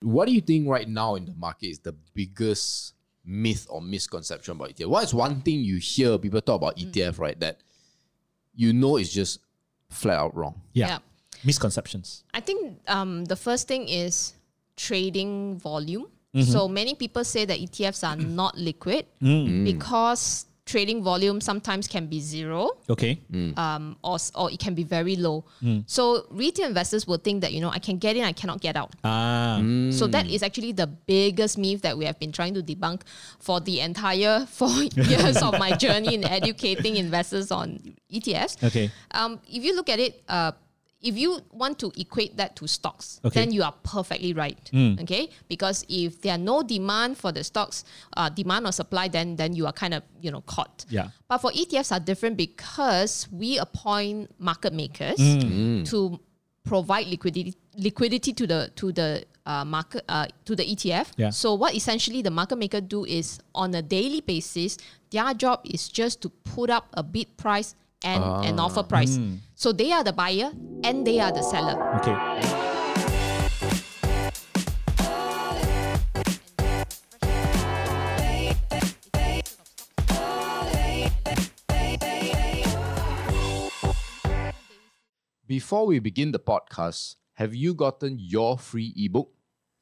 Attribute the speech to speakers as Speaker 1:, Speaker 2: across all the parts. Speaker 1: What do you think right now in the market is the biggest myth or misconception about ETF? What is one thing you hear people talk about ETF, right? That you know is just flat out wrong.
Speaker 2: Yeah.
Speaker 3: Yeah.
Speaker 2: Misconceptions.
Speaker 3: I think um, the first thing is trading volume.
Speaker 2: Mm-hmm.
Speaker 3: So many people say that ETFs are
Speaker 2: Mm.
Speaker 3: not liquid because trading volume sometimes can be zero
Speaker 2: Okay.
Speaker 1: Mm.
Speaker 3: um, or, s- or it can be very low.
Speaker 2: Mm.
Speaker 3: So retail investors will think that, you know, I can get in, I cannot get out.
Speaker 2: Ah.
Speaker 3: So that is actually the biggest myth that we have been trying to debunk for the entire four years of my journey in educating investors on E ETFs.
Speaker 2: Okay.
Speaker 3: Um, if you look at it, uh, if you want to equate that to stocks,
Speaker 2: Okay. Hmm.
Speaker 3: then you are perfectly right. Okay, because if there are no demand for the stocks, uh, demand or supply, then then you are kind of you know caught.
Speaker 2: Yeah.
Speaker 3: But for ETFs are different because we appoint market makers
Speaker 2: Mm.
Speaker 3: to provide liquidity liquidity to the to the uh, market uh, to the ETF.
Speaker 2: Yeah.
Speaker 3: So what essentially the market maker do is on a daily basis, their job is just to put up a bid price and an offer price.
Speaker 2: Mm.
Speaker 3: So they are the buyer and they are the seller.
Speaker 2: Okay.
Speaker 1: Before we begin the podcast, have you gotten your free ebook?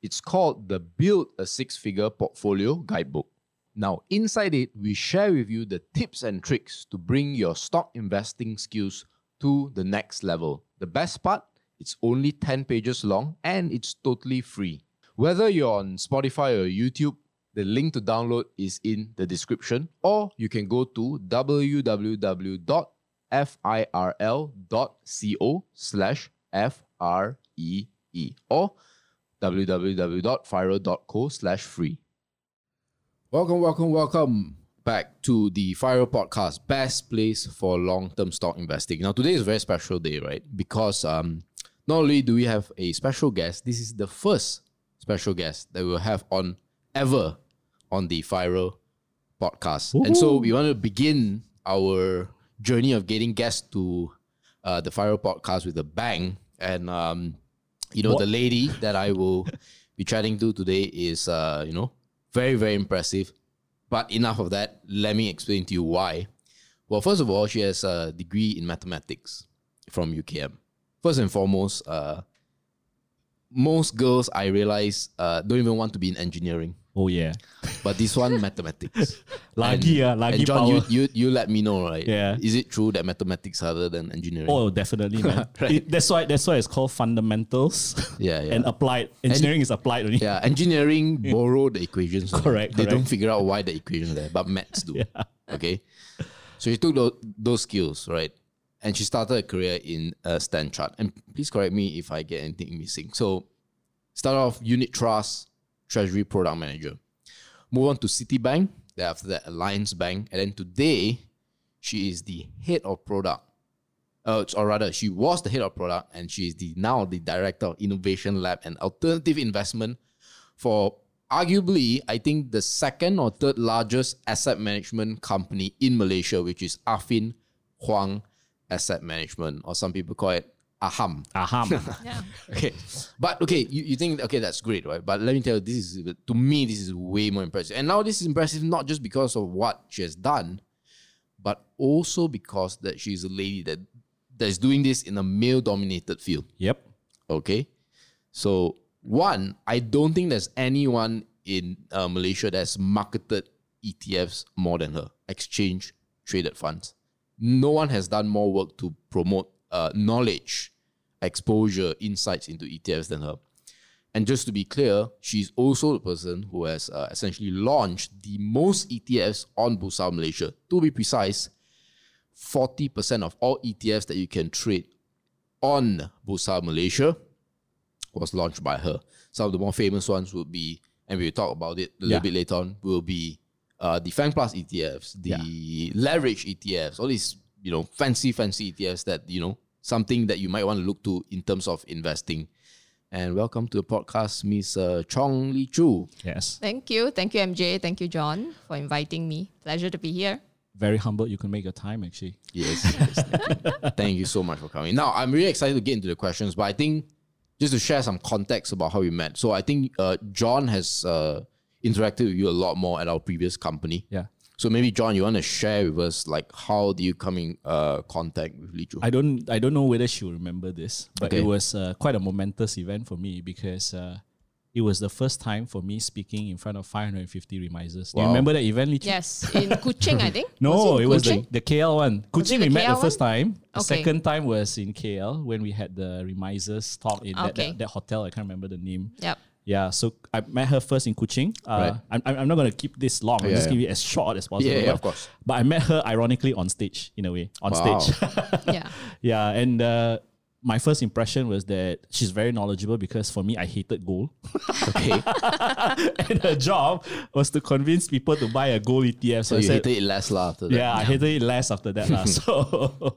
Speaker 1: It's called the Build a Six Figure Portfolio Guidebook. Now, inside it, we share with you the tips and tricks to bring your stock investing skills to the next level. The best part, it's only 10 pages long and it's totally free. Whether you're on Spotify or YouTube, the link to download is in the description, or you can go to www firl.co slash F-R-E-E E, or www.firl.co slash free. Welcome, welcome, welcome back to the Firo podcast, best place for long-term stock investing. Now, today is a very special day, right? Because um, not only do we have a special guest, this is the first special guest that we'll have on ever on the Firo podcast. And so we want to begin our journey of getting guests to uh, the Fire podcast with a bang. And, um, you know, the lady that I will be chatting to today is, uh, you know, very, very impressive. But enough of that. Let me explain to you why. Well, first of all, she has a degree in mathematics from UKM. First and foremost, uh, most girls I realize uh, don't even want to be in engineering
Speaker 2: Oh yeah.
Speaker 1: but this one mathematics.
Speaker 2: Lagi ah,
Speaker 1: and,
Speaker 2: lagi
Speaker 1: and John, you,
Speaker 2: power.
Speaker 1: you you let me know, right?
Speaker 2: Yeah.
Speaker 1: Is it true that mathematics are harder than engineering?
Speaker 2: Oh, definitely, man.
Speaker 1: Right.
Speaker 2: It- that's why that's why it's called fundamentals.
Speaker 1: Yeah, yeah.
Speaker 2: And applied engineering is applied only.
Speaker 1: yeah, engineering borrow the equations. only.
Speaker 2: Correct,
Speaker 1: They
Speaker 2: correct.
Speaker 1: don't figure out why the equations are there, but maths do. Okay. So she took those, those skills, right? And she started a career in uh, stand chart. And please correct me if I get anything missing. So start off unit trust, treasury product manager. Move on to Citibank, then after that Alliance Bank, and then today she is the head of product. Uh, or rather, she was the head of product, and she is the now the director of innovation lab and alternative investment for arguably, I think the second or third largest asset management company in Malaysia, which is Afin Huang Asset Management, or some people call it Aham.
Speaker 2: Aham.
Speaker 1: Okay, but okay, you, you think okay that's great, right? But let me tell you, this is to me this is way more impressive. And now this is impressive not just because of what she has done, but also because that she's a lady that that is doing this in a male-dominated field.
Speaker 2: yep.
Speaker 1: Okay. So one, I don't think there's anyone in uh, Malaysia that's marketed ETFs more than her, exchange traded funds. No one has done more work to promote uh, knowledge, exposure, insights into ETFs than her. And just to be clear, she's also the person who has uh, essentially launched the most ETFs on Bursa Malaysia. To be precise, 40% of all ETFs that you can trade on Bursa Malaysia was launched by her. Some of the more famous ones would be, and we'll talk about it a little
Speaker 2: Yeah.
Speaker 1: bit later on, will be uh, the Fang Plus ETFs, the leverage ETFs, all these, you know, fancy, fancy ETFs that, you know, something that you might want to look to in terms of investing. And welcome to the podcast, Miss uh, Chong Li Chu.
Speaker 2: Yes.
Speaker 3: Thank you, thank you, MJ, thank you, John, for inviting me. Pleasure to be here.
Speaker 2: Very humbled you can make your time actually.
Speaker 1: Yes, yes, thank, you. Thank you so much for coming. Now, I'm really excited to get into the questions, but I think just to share some context about how we met. So I think uh, John has uh, interacted with you a lot more at our previous company.
Speaker 2: Yeah.
Speaker 1: So maybe John, you want to share with us like how do you come in uh, contact with Li Joo?
Speaker 2: I don't I don't know whether she'll remember this, but
Speaker 1: Okay.
Speaker 2: it was uh, quite a momentous event for me because uh, it was the first time for me speaking in front of 550 reminders. Do you
Speaker 1: Wow.
Speaker 2: remember that event, Lee Chu?
Speaker 3: Yes, in Kuching, I think.
Speaker 2: No,
Speaker 3: in
Speaker 2: it was
Speaker 3: Kuching?
Speaker 2: the, the KL one.
Speaker 3: Was it
Speaker 2: Kuching we
Speaker 3: the
Speaker 2: met the
Speaker 3: KL
Speaker 2: first time. The
Speaker 3: Okay.
Speaker 2: second time was in KL when we had the reminders talk in that,
Speaker 3: Okay.
Speaker 2: that, that hotel. I can't remember the name.
Speaker 3: Yep.
Speaker 2: Yeah, so I met her first in Kuching.
Speaker 1: Right.
Speaker 2: Uh, I'm, I'm- I'm not going to keep this long. I'll
Speaker 1: Yeah,
Speaker 2: just
Speaker 1: yeah.
Speaker 2: give it as short as possible.
Speaker 1: Yeah, yeah,
Speaker 2: but,
Speaker 1: of course.
Speaker 2: But I met her ironically on stage, in a way, on
Speaker 1: Wow.
Speaker 2: stage.
Speaker 3: Yeah.
Speaker 2: Yeah, and uh, my first impression was that she's very knowledgeable because for me, I hated gold.
Speaker 1: Okay.
Speaker 2: and her job was to convince people to buy a gold ETF. So,
Speaker 1: so
Speaker 2: I
Speaker 1: you
Speaker 2: said,
Speaker 1: hated it less lah after that.
Speaker 2: yeah, I hated it less after that. lah. So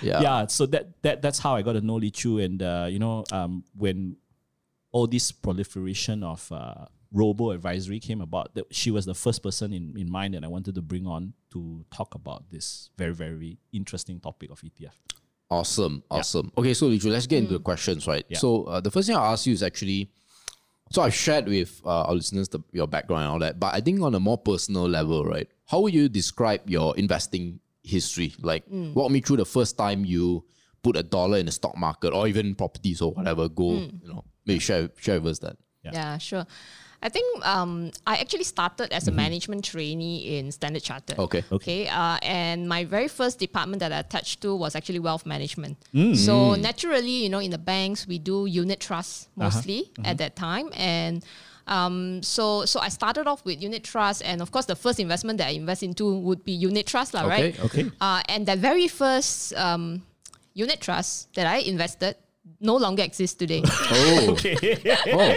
Speaker 1: Yeah.
Speaker 2: yeah, so that that that's how I got to know Li Chu, and uh, you know, um, when all this proliferation of uh, robo advisory came about, that she was the first person in in mind that I wanted to bring on to talk about this very very interesting topic of E ETF.
Speaker 1: Awesome. Awesome. Okay, so Liju, let's get into the questions, right?
Speaker 2: Yeah.
Speaker 1: So uh, the first thing I'll ask you is actually, so I've shared with uh, our listeners the, your background and all that, but I think on a more personal level, right? How would you describe your investing history? Like,
Speaker 3: Mm.
Speaker 1: walk me through the first time you put a dollar in the stock market or even properties or whatever, gold, you
Speaker 3: Mm.
Speaker 1: know, maybe share, share with us that.
Speaker 2: Yeah.
Speaker 3: Yeah, sure. I think um, I actually started
Speaker 2: Mm-hmm.
Speaker 3: as a management trainee in Standard Chartered.
Speaker 1: Okay.
Speaker 3: Okay. Uh, and my very first department that I attached to was actually wealth management.
Speaker 2: Mm.
Speaker 3: So naturally, you know, in the banks we do unit trusts
Speaker 2: Uh-huh.
Speaker 3: mostly
Speaker 2: Mm-hmm.
Speaker 3: at that time, and um, so so I started off with unit trusts, and of course the first investment that I invest into would be unit trust, lah, right?
Speaker 2: Okay.
Speaker 3: Uh, and the very first um, unit trust that I invested no longer exists today.
Speaker 1: Oh,
Speaker 2: Okay.
Speaker 1: oh.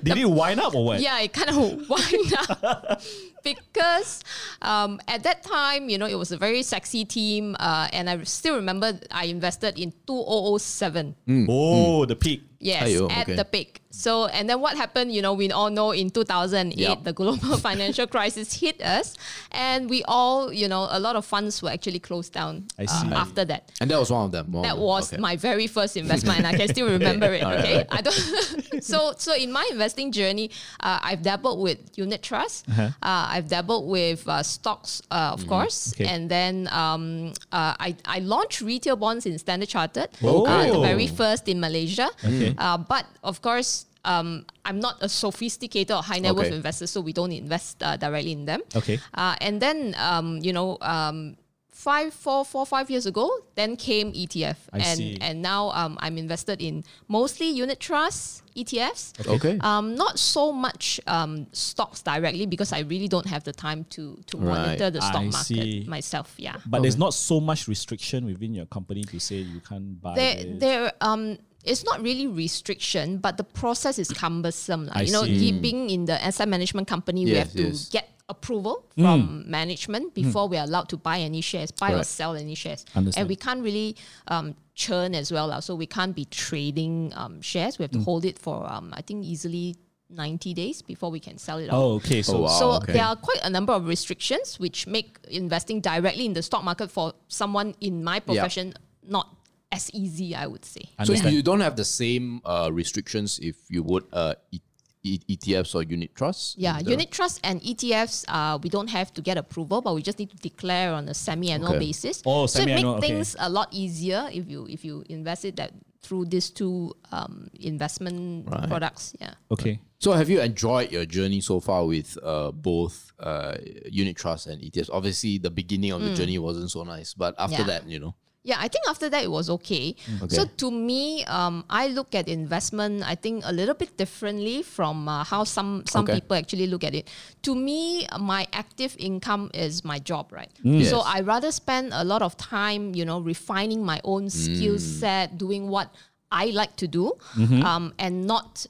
Speaker 2: Did it wind up or what?
Speaker 3: Yeah, it kind of wind up because um, at that time, you know, it was a very sexy team, uh, and I still remember I invested in 2007.
Speaker 2: Oh, the peak.
Speaker 3: Yes,
Speaker 1: Mm. Aiyo,
Speaker 3: at
Speaker 1: okay.
Speaker 3: the peak. So, and then what happened? You know, we all know in 2008,
Speaker 1: Yup.
Speaker 3: the global financial crisis hit us, and we all, you know, a lot of funds were actually closed down
Speaker 2: I
Speaker 3: uh,
Speaker 2: see.
Speaker 3: after that.
Speaker 1: And that was one of them. one of
Speaker 3: That
Speaker 1: them.
Speaker 3: was
Speaker 1: Okay.
Speaker 3: my very first investment, and I can still remember it. Okay, I don't. so, so in my investing journey, uh, I've dabbled with unit trusts. uh
Speaker 2: Uh-huh.
Speaker 3: I've dabbled with uh, stocks, uh, of course,
Speaker 2: Mm-hmm. Okay.
Speaker 3: and then um, uh, I I launched retail bonds in Standard Chartered, uh,
Speaker 2: Okay.
Speaker 3: the very first in Malaysia.
Speaker 2: Okay.
Speaker 3: Uh, but of course. Um, I'm not a sophisticated or high net worth
Speaker 1: Okay.
Speaker 3: investor, so we don't invest uh, directly in them.
Speaker 2: Okay.
Speaker 3: Uh, and then, um, you know, um, five, four, four, five years ago, then came ETF,
Speaker 2: I
Speaker 3: and
Speaker 2: see.
Speaker 3: and now um, I'm invested in mostly unit trusts, ETFs.
Speaker 1: Okay.
Speaker 3: Um, not so much um, stocks directly because I really don't have the time to to
Speaker 1: Right.
Speaker 3: monitor the
Speaker 2: I
Speaker 3: stock market
Speaker 2: see.
Speaker 3: myself. Yeah.
Speaker 2: But there's not so much restriction within your company to say you can't buy.
Speaker 3: there,
Speaker 2: this.
Speaker 3: there, um, it's not really restriction, but the process is cumbersome. lah.
Speaker 2: I
Speaker 3: you know,
Speaker 2: see.
Speaker 3: he- being in the asset management company, we
Speaker 1: Yes,
Speaker 3: have to
Speaker 1: yes.
Speaker 3: get approval from management before we're allowed to buy any shares, buy or
Speaker 1: Correct.
Speaker 3: sell any shares.
Speaker 2: Understand.
Speaker 3: And we can't really um, churn as well. lah. So we can't be trading um, shares. We have to hold it for, um, I think, easily 90 days before we can sell it off.
Speaker 2: Oh, okay. So
Speaker 1: wow.
Speaker 3: So
Speaker 1: okay.
Speaker 3: there are quite a number of restrictions which make investing directly in the stock market for someone in my profession not as easy, I would say.
Speaker 1: So
Speaker 2: understand.
Speaker 1: you don't have the same uh, restrictions if you would uh, E- E- ETFs or unit trusts.
Speaker 3: Yeah,
Speaker 1: Is that
Speaker 3: unit trusts and ETFs, uh, we don't have to get approval, but we just need to declare on a semi-annual
Speaker 1: Okay.
Speaker 3: basis.
Speaker 2: Oh,
Speaker 3: so it makes
Speaker 2: semi-annual, okay.
Speaker 3: things a lot easier if you if you invest it that through these two um, investment products. Yeah.
Speaker 2: okay.
Speaker 1: So have you enjoyed your journey so far with uh, both uh, unit trusts and ETFs? Obviously, the beginning of the journey wasn't so nice, but after
Speaker 3: Hmm. Yeah.
Speaker 1: that, you know,
Speaker 3: Yeah, I think after that it was okay.
Speaker 1: Mm.
Speaker 3: So to me, um, I look at investment. I think a little bit differently from uh, how some some
Speaker 1: Okay.
Speaker 3: people actually look at it. To me, my active income is my job, right? So
Speaker 1: Mm. Yes.
Speaker 3: I rather spend a lot of time, you know, refining my own skill
Speaker 1: Mm.
Speaker 3: set, doing what I like to do,
Speaker 1: Mm-hmm.
Speaker 3: um, and not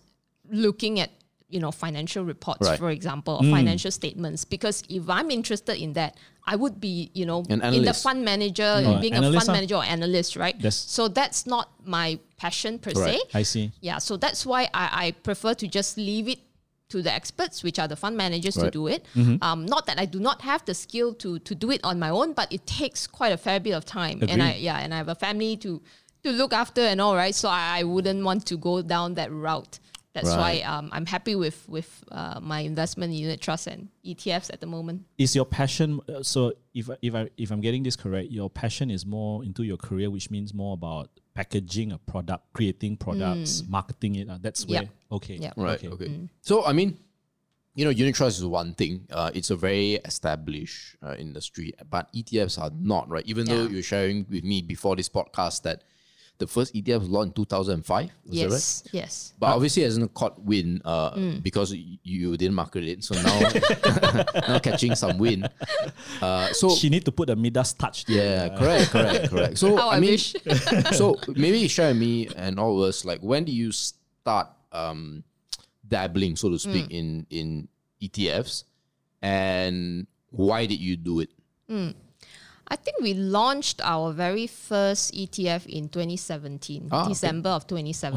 Speaker 3: looking at you know financial reports,
Speaker 1: Right. Mm.
Speaker 3: for example, or financial statements. Because if I'm interested in that, I would be, you know,
Speaker 1: An
Speaker 3: in the
Speaker 1: analyst.
Speaker 3: fund manager,
Speaker 2: Mm.
Speaker 3: being a
Speaker 2: Analyst,
Speaker 3: fund
Speaker 2: ah.
Speaker 3: manager or analyst, right?
Speaker 2: Yes.
Speaker 3: So that's not my passion per se.
Speaker 1: Correct.
Speaker 2: I see.
Speaker 3: Yeah, so that's why I, I prefer to just leave it to the experts, which are the fund managers, to
Speaker 1: Right.
Speaker 3: do it. Um, not that I do not have the skill to to do it on my own, but it takes quite a fair bit of time, and I
Speaker 2: Agreed.
Speaker 3: yeah, and I have a family to to look after and all, right? So I, I wouldn't want to go down that route. That's
Speaker 1: Right.
Speaker 3: why um, I'm happy with with uh, my investment in unit trusts and ETFs at the moment.
Speaker 2: is your passion uh, so if I- if I if I'm getting this correct, your passion is more into your career, which means more about packaging a product, creating products, marketing it. Uh, that's where
Speaker 3: Mm. Yep.
Speaker 2: okay,
Speaker 3: Yep.
Speaker 1: Right. Okay.
Speaker 3: Hmm.
Speaker 1: So I mean, you know, unit trust is one thing. Uh, it's a very established uh, industry, but ETFs are not right. Even though
Speaker 3: Yeah.
Speaker 1: you're sharing with me before this podcast that the first E ETF was launched in 2005, was that right?
Speaker 3: yes, Hmm. yes.
Speaker 1: But obviously, it hasn't caught win uh, because y- you didn't market it. So now, now catching some win. Uh, so
Speaker 2: She need to put a Midas touch. to it.
Speaker 1: yeah, correct, correct, correct. So
Speaker 3: How I,
Speaker 1: I mean,
Speaker 3: wish.
Speaker 1: so maybe share with me and all of us like when do you start um dabbling so to speak
Speaker 3: Mm.
Speaker 1: in in etfs and why did you do it
Speaker 3: I think we launched our very first ETF in 2017,
Speaker 1: Ah, okay.
Speaker 3: December of 2017.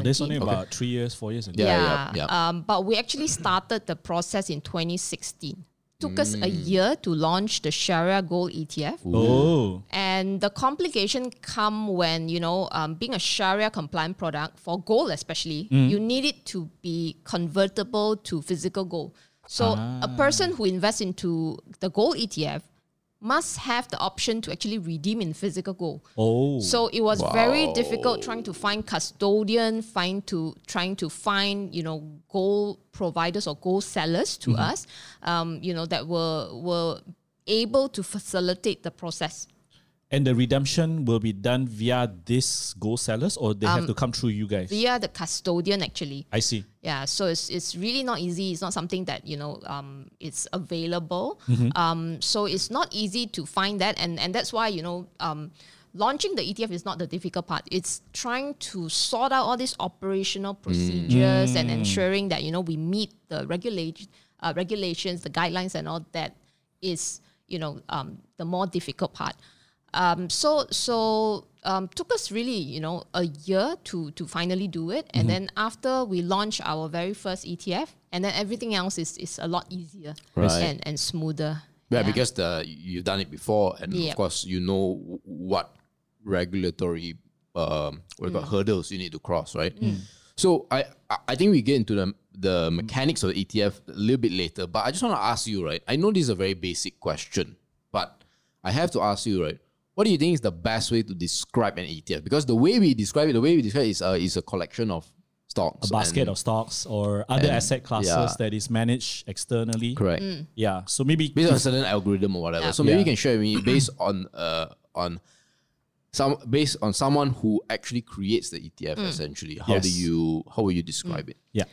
Speaker 2: Oh, that's only about three years, four years ago.
Speaker 1: Yeah.
Speaker 3: yeah,
Speaker 1: yeah.
Speaker 3: Um, but we actually started the process in 2016. Took us a
Speaker 1: Mm.
Speaker 3: year to launch the Sharia Gold E ETF.
Speaker 2: Oh,
Speaker 3: And the complication come when, you know, um, being a Sharia compliant product for gold especially, you need it to be convertible to physical gold. So a person who invests into the gold ETF must have the option to actually redeem in physical gold.
Speaker 2: oh,
Speaker 3: So it was very
Speaker 1: Wow.
Speaker 3: difficult trying to find custodian, find to trying to find you know gold providers or gold sellers to us, um, you know that were were able to facilitate the process.
Speaker 2: and the redemption will be done via this gold sellers, or they have to come through you guys.
Speaker 3: Um, via the custodian actually.
Speaker 2: I see.
Speaker 3: Yeah, so it's, it's really not easy. It's not something that you know um, it's available. Um, so it's not easy to find that, and and that's why you know um, launching the ETF is not the difficult part. It's trying to sort out all these operational procedures and ensuring that you know we meet the regulation uh, regulations, the guidelines, and all that is you know um, the more difficult part. Um, so so um, took us really you know a year to to finally do it, and then after we launched our very first ETF, and then everything else is is a lot easier
Speaker 1: Right.
Speaker 3: and and smoother.
Speaker 1: yeah, because the you've done it before and
Speaker 3: Yeah.
Speaker 1: of course you know w- what regulatory um what about hurdles you need to cross right so I I- I think we get into the the mechanics of the ETF a little bit later, but I just want to ask you, right? I know this is a very basic question, but I have to ask you, right? What do you think is the best way to describe an ETF? Because the way we describe it, the way we describe it is, uh, is a collection of stocks,
Speaker 2: A basket
Speaker 1: and-
Speaker 2: of stocks or other asset classes
Speaker 1: yeah.
Speaker 2: that is managed externally.
Speaker 1: correct
Speaker 2: Yeah. So maybe
Speaker 1: based on a certain algorithm or whatever. So maybe you
Speaker 2: Yeah.
Speaker 1: can share with me based on uh on some based on someone who actually creates the ETF essentially. How do
Speaker 2: Mm. Yes. Mm.
Speaker 1: you how will you describe it?
Speaker 2: yeah.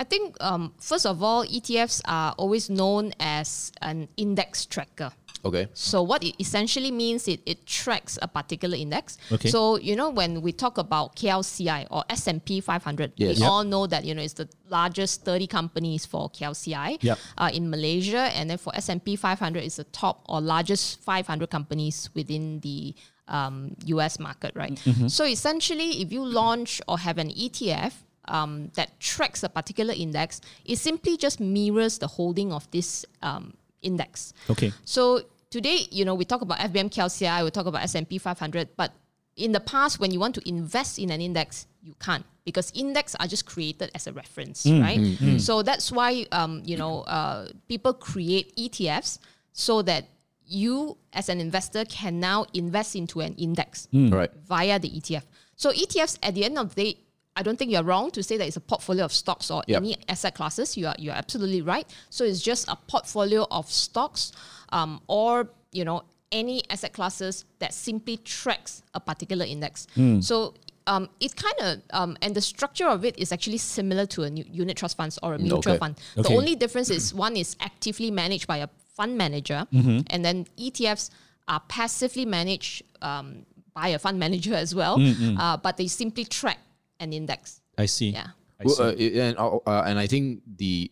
Speaker 3: I think um, first of all, ETFs are always known as an index tracker.
Speaker 1: Okay.
Speaker 3: So what it essentially means it, it tracks a particular index.
Speaker 2: Okay.
Speaker 3: So you know when we talk about KLCI or S and P 500,
Speaker 1: Yes.
Speaker 3: we
Speaker 1: Yep.
Speaker 3: all know that you know it's the largest 30 companies for KLCI
Speaker 2: Yep.
Speaker 3: uh, in Malaysia, and then for S and P 500 is the top or largest 500 companies within the um, U.S. market, right?
Speaker 2: Mm-hmm.
Speaker 3: So essentially, if you launch or have an ETF. Um, that tracks a particular index, it simply just mirrors the holding of this um, index.
Speaker 2: Okay.
Speaker 3: So today, you know, we talk about FBM KLCI, we talk about S&P 500, but in the past, when you want to invest in an index, you can't because index are just created as a reference, right? So that's why, um, you know, uh, people create ETFs so that you as an investor can now invest into an index
Speaker 2: Mm.
Speaker 1: Right.
Speaker 3: via the ETF. So ETFs, at the end of the day, I don't think you're wrong to say that it's a portfolio of stocks or
Speaker 1: Yep.
Speaker 3: any asset classes. You are you are absolutely right. So it's just a portfolio of stocks, um, or you know any asset classes that simply tracks a particular index.
Speaker 1: Hmm.
Speaker 3: So. Um, it kind of um, and the structure of it is actually similar to a new unit trust funds or a mutual
Speaker 1: Okay.
Speaker 3: fund.
Speaker 2: Okay.
Speaker 3: The only difference is one is actively managed by a fund manager, and then ETFs are passively managed um, by a fund manager as well, uh, but they simply track an index.
Speaker 2: I see.
Speaker 3: Yeah.
Speaker 2: I
Speaker 1: Well,
Speaker 2: see.
Speaker 1: uh, it- and uh, uh, and I think the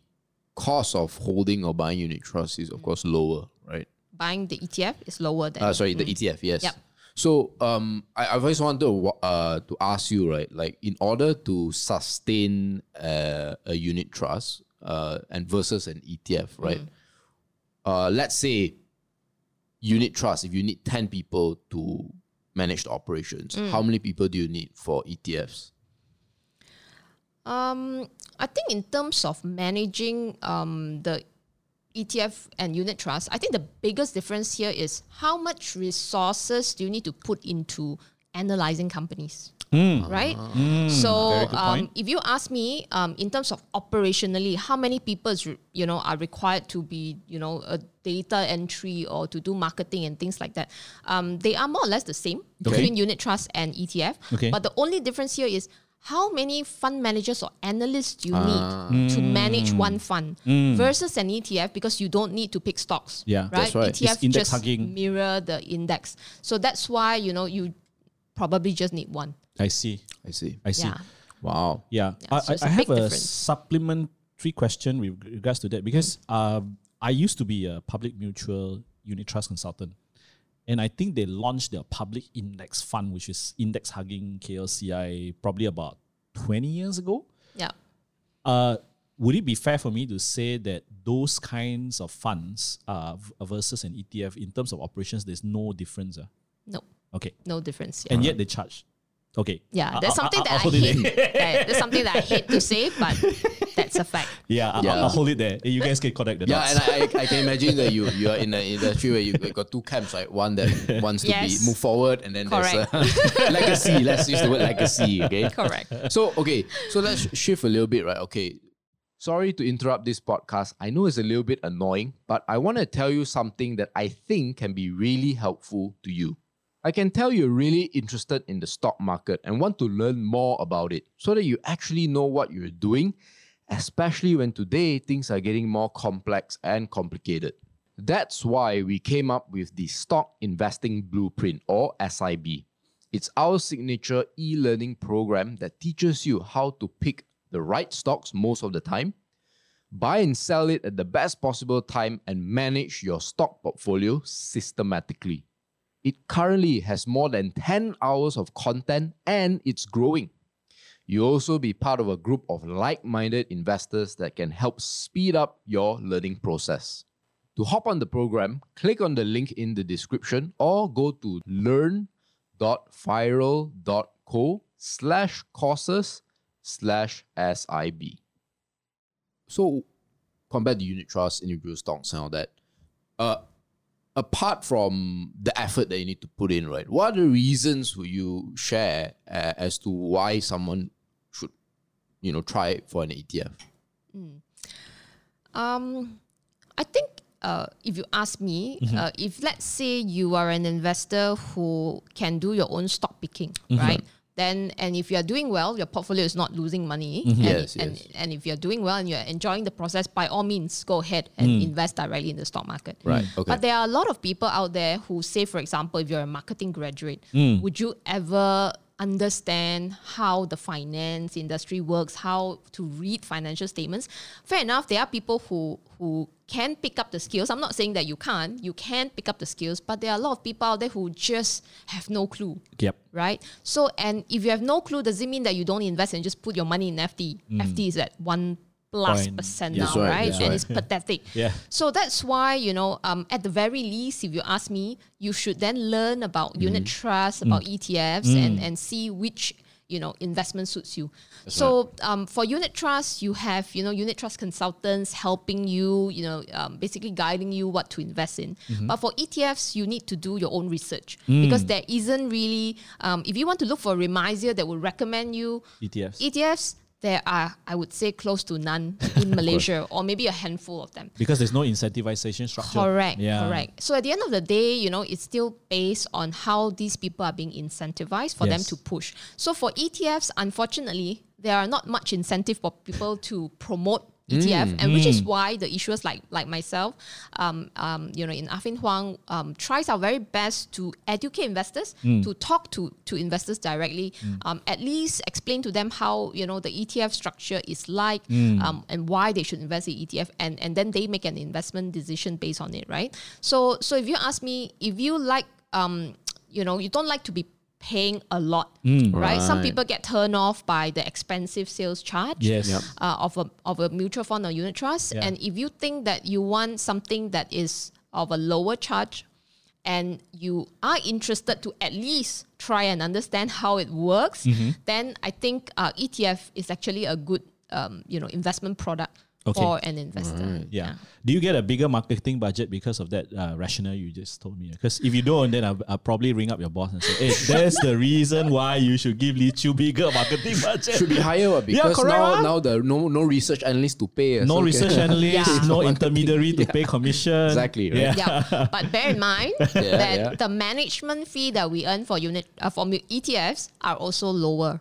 Speaker 1: cost of holding or buying unit trust
Speaker 2: Mm.
Speaker 1: is of course lower, right?
Speaker 3: Buying the ETF is lower than.
Speaker 1: Uh, sorry, the ETF. Yes.
Speaker 3: Yep.
Speaker 1: So um, I, I've always wanted to wa- uh to ask you right, like in order to sustain uh, a unit trust uh and versus an ETF, right? Uh, let's say unit trust. If you need ten people to managed operations, how many people do you need for E ETFs?
Speaker 3: Um, I think in terms of managing um, the ETF and unit trust, I think the biggest difference here is how much resources do you need to put into analyzing companies,
Speaker 2: Hmm.
Speaker 3: right?
Speaker 2: Ah. very
Speaker 3: So
Speaker 2: good
Speaker 3: um,
Speaker 2: point.
Speaker 3: if you ask me, um, in terms of operationally, how many people is re- you know are required to be you know a data entry or to do marketing and things like that, um, they are more or less the same
Speaker 2: Okay.
Speaker 3: between unit trust and ETF.
Speaker 2: Okay.
Speaker 3: But the only difference here is how many fund managers or analysts do you need
Speaker 2: Mm.
Speaker 3: to manage one fund versus an ETF because you don't need to pick stocks.
Speaker 2: Yeah.
Speaker 3: right.
Speaker 2: That's
Speaker 1: right.
Speaker 3: ETF
Speaker 2: It's index
Speaker 3: just
Speaker 2: hugging.
Speaker 3: mirror the index, so that's why you know you probably just need one.
Speaker 2: I see.
Speaker 1: I see.
Speaker 2: I see.
Speaker 3: Yeah.
Speaker 1: Wow.
Speaker 2: Yeah,
Speaker 3: Yeah,
Speaker 2: I,
Speaker 3: so
Speaker 2: I-
Speaker 3: it's
Speaker 2: I
Speaker 3: a
Speaker 2: have
Speaker 3: big
Speaker 2: a
Speaker 3: difference.
Speaker 2: supplementary question with regards to that because um, I used to be a public mutual unit trust consultant, and I think they launched their public index fund, which is index hugging KLCI, probably about twenty years ago.
Speaker 3: Yeah.
Speaker 2: Uh, would it be fair for me to say that those kinds of funds uh, v- versus an ETF in terms of operations, there's no difference? ah?
Speaker 3: No,
Speaker 2: Okay,
Speaker 3: no difference. Yeah.
Speaker 2: and yet they charge. Okay.
Speaker 3: yeah,
Speaker 2: I-
Speaker 3: that's
Speaker 2: I-
Speaker 3: something
Speaker 2: I-
Speaker 3: that
Speaker 2: I'll
Speaker 3: I,
Speaker 2: hold it
Speaker 3: hate.
Speaker 2: there.
Speaker 3: Yeah, that's something that I hate to say, but that's a fact.
Speaker 2: Yeah, I- I'll, I'll hold it there. You guys can connect the dots.
Speaker 1: Yeah, and I, I, I can imagine that you you are in an industry where you you got two camps, right? One that wants to
Speaker 3: Yes.
Speaker 1: be move forward, and then there's a legacy. Let's use the word legacy, okay?
Speaker 3: Correct.
Speaker 1: So okay, so let's sh- shift a little bit, right? Okay. Sorry to interrupt this podcast. I know it's a little bit annoying, but I want to tell you something that I think can be really helpful to you. I can tell you're really interested in the stock market and want to learn more about it so that you actually know what you're doing, especially when today things are getting more complex and complicated. That's why we came up with the Stock Investing Blueprint or SIB. It's our signature e learning program that teaches you how to pick the right stocks most of the time, buy and sell it at the best possible time, and manage your stock portfolio systematically. It currently has more than 10 hours of content and it's growing. You'll also be part of a group of like minded investors that can help speed up your learning process. To hop on the program, click on the link in the description or go to learn.viral.co slash courses slash SIB. So, compared to unit trust, individual stocks, and all that, uh, apart from the effort that you need to put in, right? What are the reasons will you share uh, as to why someone should, you know, try for an E ETF?
Speaker 3: Um, I think uh, if you ask me,
Speaker 1: Mm-hmm.
Speaker 3: uh, if let's say you are an investor who can do your own stock picking,
Speaker 1: Mm-hmm.
Speaker 3: right? Then and if you are doing well, your portfolio is not losing money. And,
Speaker 1: Mm-hmm. Yes,
Speaker 3: and,
Speaker 1: yes.
Speaker 3: and if you're doing well and you're enjoying the process, by all means, go ahead and invest directly in the stock market.
Speaker 1: Hmm.
Speaker 3: Hmm.
Speaker 1: Right. Okay.
Speaker 3: But there are a lot of people out there who say, for example, if you're a marketing graduate,
Speaker 1: Hmm.
Speaker 3: would you ever understand how the finance industry works, how to read financial statements? Fair enough, there are people who who can pick up the skills. I'm not saying that you can't, you can pick up the skills, but there are a lot of people out there who just have no clue
Speaker 2: Yep.
Speaker 3: right? So, and if you have no clue, does it mean that you don't invest and just put your money in FD? FD is at one plus
Speaker 2: Point.
Speaker 3: percent
Speaker 2: Yeah.
Speaker 3: now,
Speaker 1: That's
Speaker 3: right?
Speaker 1: right, that's
Speaker 3: And
Speaker 1: right.
Speaker 3: it's pathetic.
Speaker 2: Yeah.
Speaker 3: So that's why you know, um, at the very least, if you ask me, you should then learn about
Speaker 2: Mm-hmm.
Speaker 3: unit trusts, about
Speaker 2: Mm.
Speaker 3: ETFs, and and see which you know investment suits you. so um, for unit trusts, you have you know unit trust consultants helping you, you know, um, basically guiding you what to invest in.
Speaker 2: Mm-hmm.
Speaker 3: But for ETFs, you need to do your own research
Speaker 2: Mm.
Speaker 3: because there isn't really. Um, if you want to look for a remiser that will recommend you
Speaker 2: ETFs.
Speaker 1: E
Speaker 3: ETFs, E there are I would say close to none in Malaysia, or maybe a handful of them.
Speaker 2: because there's no incentivization structure.
Speaker 3: Correct, correct. So at the end of the day, you know, it's still based on how these people are being incentivized
Speaker 2: Yes.
Speaker 3: for them to push. So for ETFs, unfortunately, there are not much incentive for people to promote ETF, and which is why the issuers like like myself, um, um, you know, in Afin Huang, um, tries our very best to educate investors, to talk to to investors directly, um, at least explain to them how you know the ETF structure is like, um, and why they should invest in ETF, and and then they make an investment decision based on it, right? So so if you ask me, if you like, um, you know, you don't like to be paying a lot,
Speaker 2: Mm.
Speaker 3: right? Some
Speaker 1: Right.
Speaker 3: people get turned off by the expensive sales charge
Speaker 2: Yes.
Speaker 1: Yep.
Speaker 3: uh, of a of a mutual fund or unit trust.
Speaker 2: Yeah.
Speaker 3: And if you think that you want something that is of a lower charge, and you are interested to at least try and understand how it works,
Speaker 2: Mm-hmm.
Speaker 3: then I think uh, ETF is actually a good um, you know investment product
Speaker 2: Okay.
Speaker 3: for an investor.
Speaker 2: Yeah. Do you get a bigger marketing budget because of that uh, rationale you just told me? Because if you don't, then I'll, I'll probably ring up your boss and say, hey, that's the reason why you should give Lee Chu bigger marketing budget.
Speaker 1: Should be higher what, because
Speaker 2: correct,
Speaker 1: now,
Speaker 2: ah.
Speaker 1: now the no no research analyst to pay. ah,
Speaker 2: No
Speaker 1: so
Speaker 2: research
Speaker 1: can-
Speaker 2: analyst,
Speaker 3: Yeah.
Speaker 2: no intermediary to pay commission.
Speaker 1: Exactly, right?
Speaker 2: Yeah.
Speaker 3: yeah. But bear in mind that
Speaker 1: yeah.
Speaker 3: the management fee that we earn for unit uh, for mu- ETFs are also lower.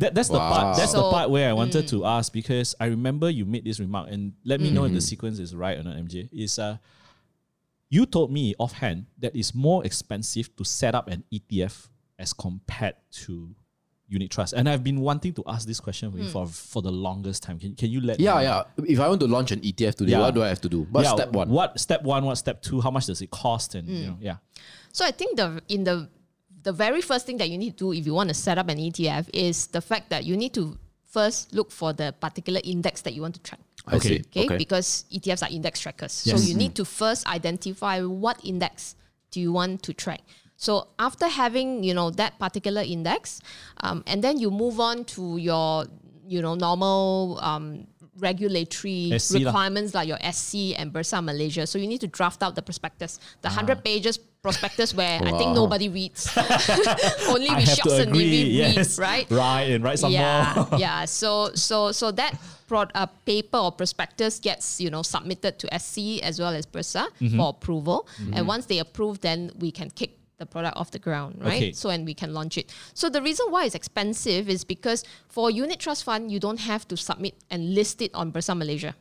Speaker 2: That, that's the part. That's the
Speaker 3: Wow. mm.
Speaker 2: part where I wanted to ask because I remember you made this remark, and let me know
Speaker 1: Mm-hmm.
Speaker 2: if the sequence is right or not, MJ. Is uh, you told me offhand that it's more expensive to set up an ETF as compared to unit trust, and I've been wanting to ask this question
Speaker 3: Mm.
Speaker 2: for you for for the longest time. Can, can you let
Speaker 1: Yeah,
Speaker 2: me
Speaker 1: yeah. If I want to launch an ETF today,
Speaker 2: Yeah.
Speaker 1: what do I have to do? But
Speaker 2: Yeah,
Speaker 1: step one.
Speaker 2: What step one? What step two? How much does it cost? And
Speaker 3: Mm.
Speaker 2: you know, yeah,
Speaker 3: So I think the in the the very first thing that you need to do if you want to set up an ETF is the fact that you need to first look for the particular index that you want to track.
Speaker 1: I
Speaker 2: Okay. Mm.
Speaker 1: see.
Speaker 3: Okay, because ETFs are index trackers. So you need to first identify what index do you want to track. So after having you know that particular index, um, and then you move on to your you know normal um, regulatory
Speaker 2: SC lah.
Speaker 3: requirements like your SC and Bursa Malaysia. So you need to draft out the prospectus, the hundred
Speaker 2: Ah.
Speaker 3: pages prospectus where I think
Speaker 1: Wow.
Speaker 3: nobody reads. Only
Speaker 2: I
Speaker 3: we
Speaker 2: have
Speaker 3: shops
Speaker 2: to
Speaker 3: and we
Speaker 2: agree. Yes,
Speaker 3: read, right?
Speaker 2: right, and right some more.
Speaker 3: yeah, yeah. So so so that prod, uh, paper or prospectus gets you know submitted to SC as well as Bursa
Speaker 2: Mm-hmm.
Speaker 3: for approval, and once they approve, then we can kick the product off the ground,
Speaker 2: Okay.
Speaker 3: right? So and we can launch it. So the reason why it's expensive is because for unit trust fund, you don't have to submit and list it on Bursa Malaysia.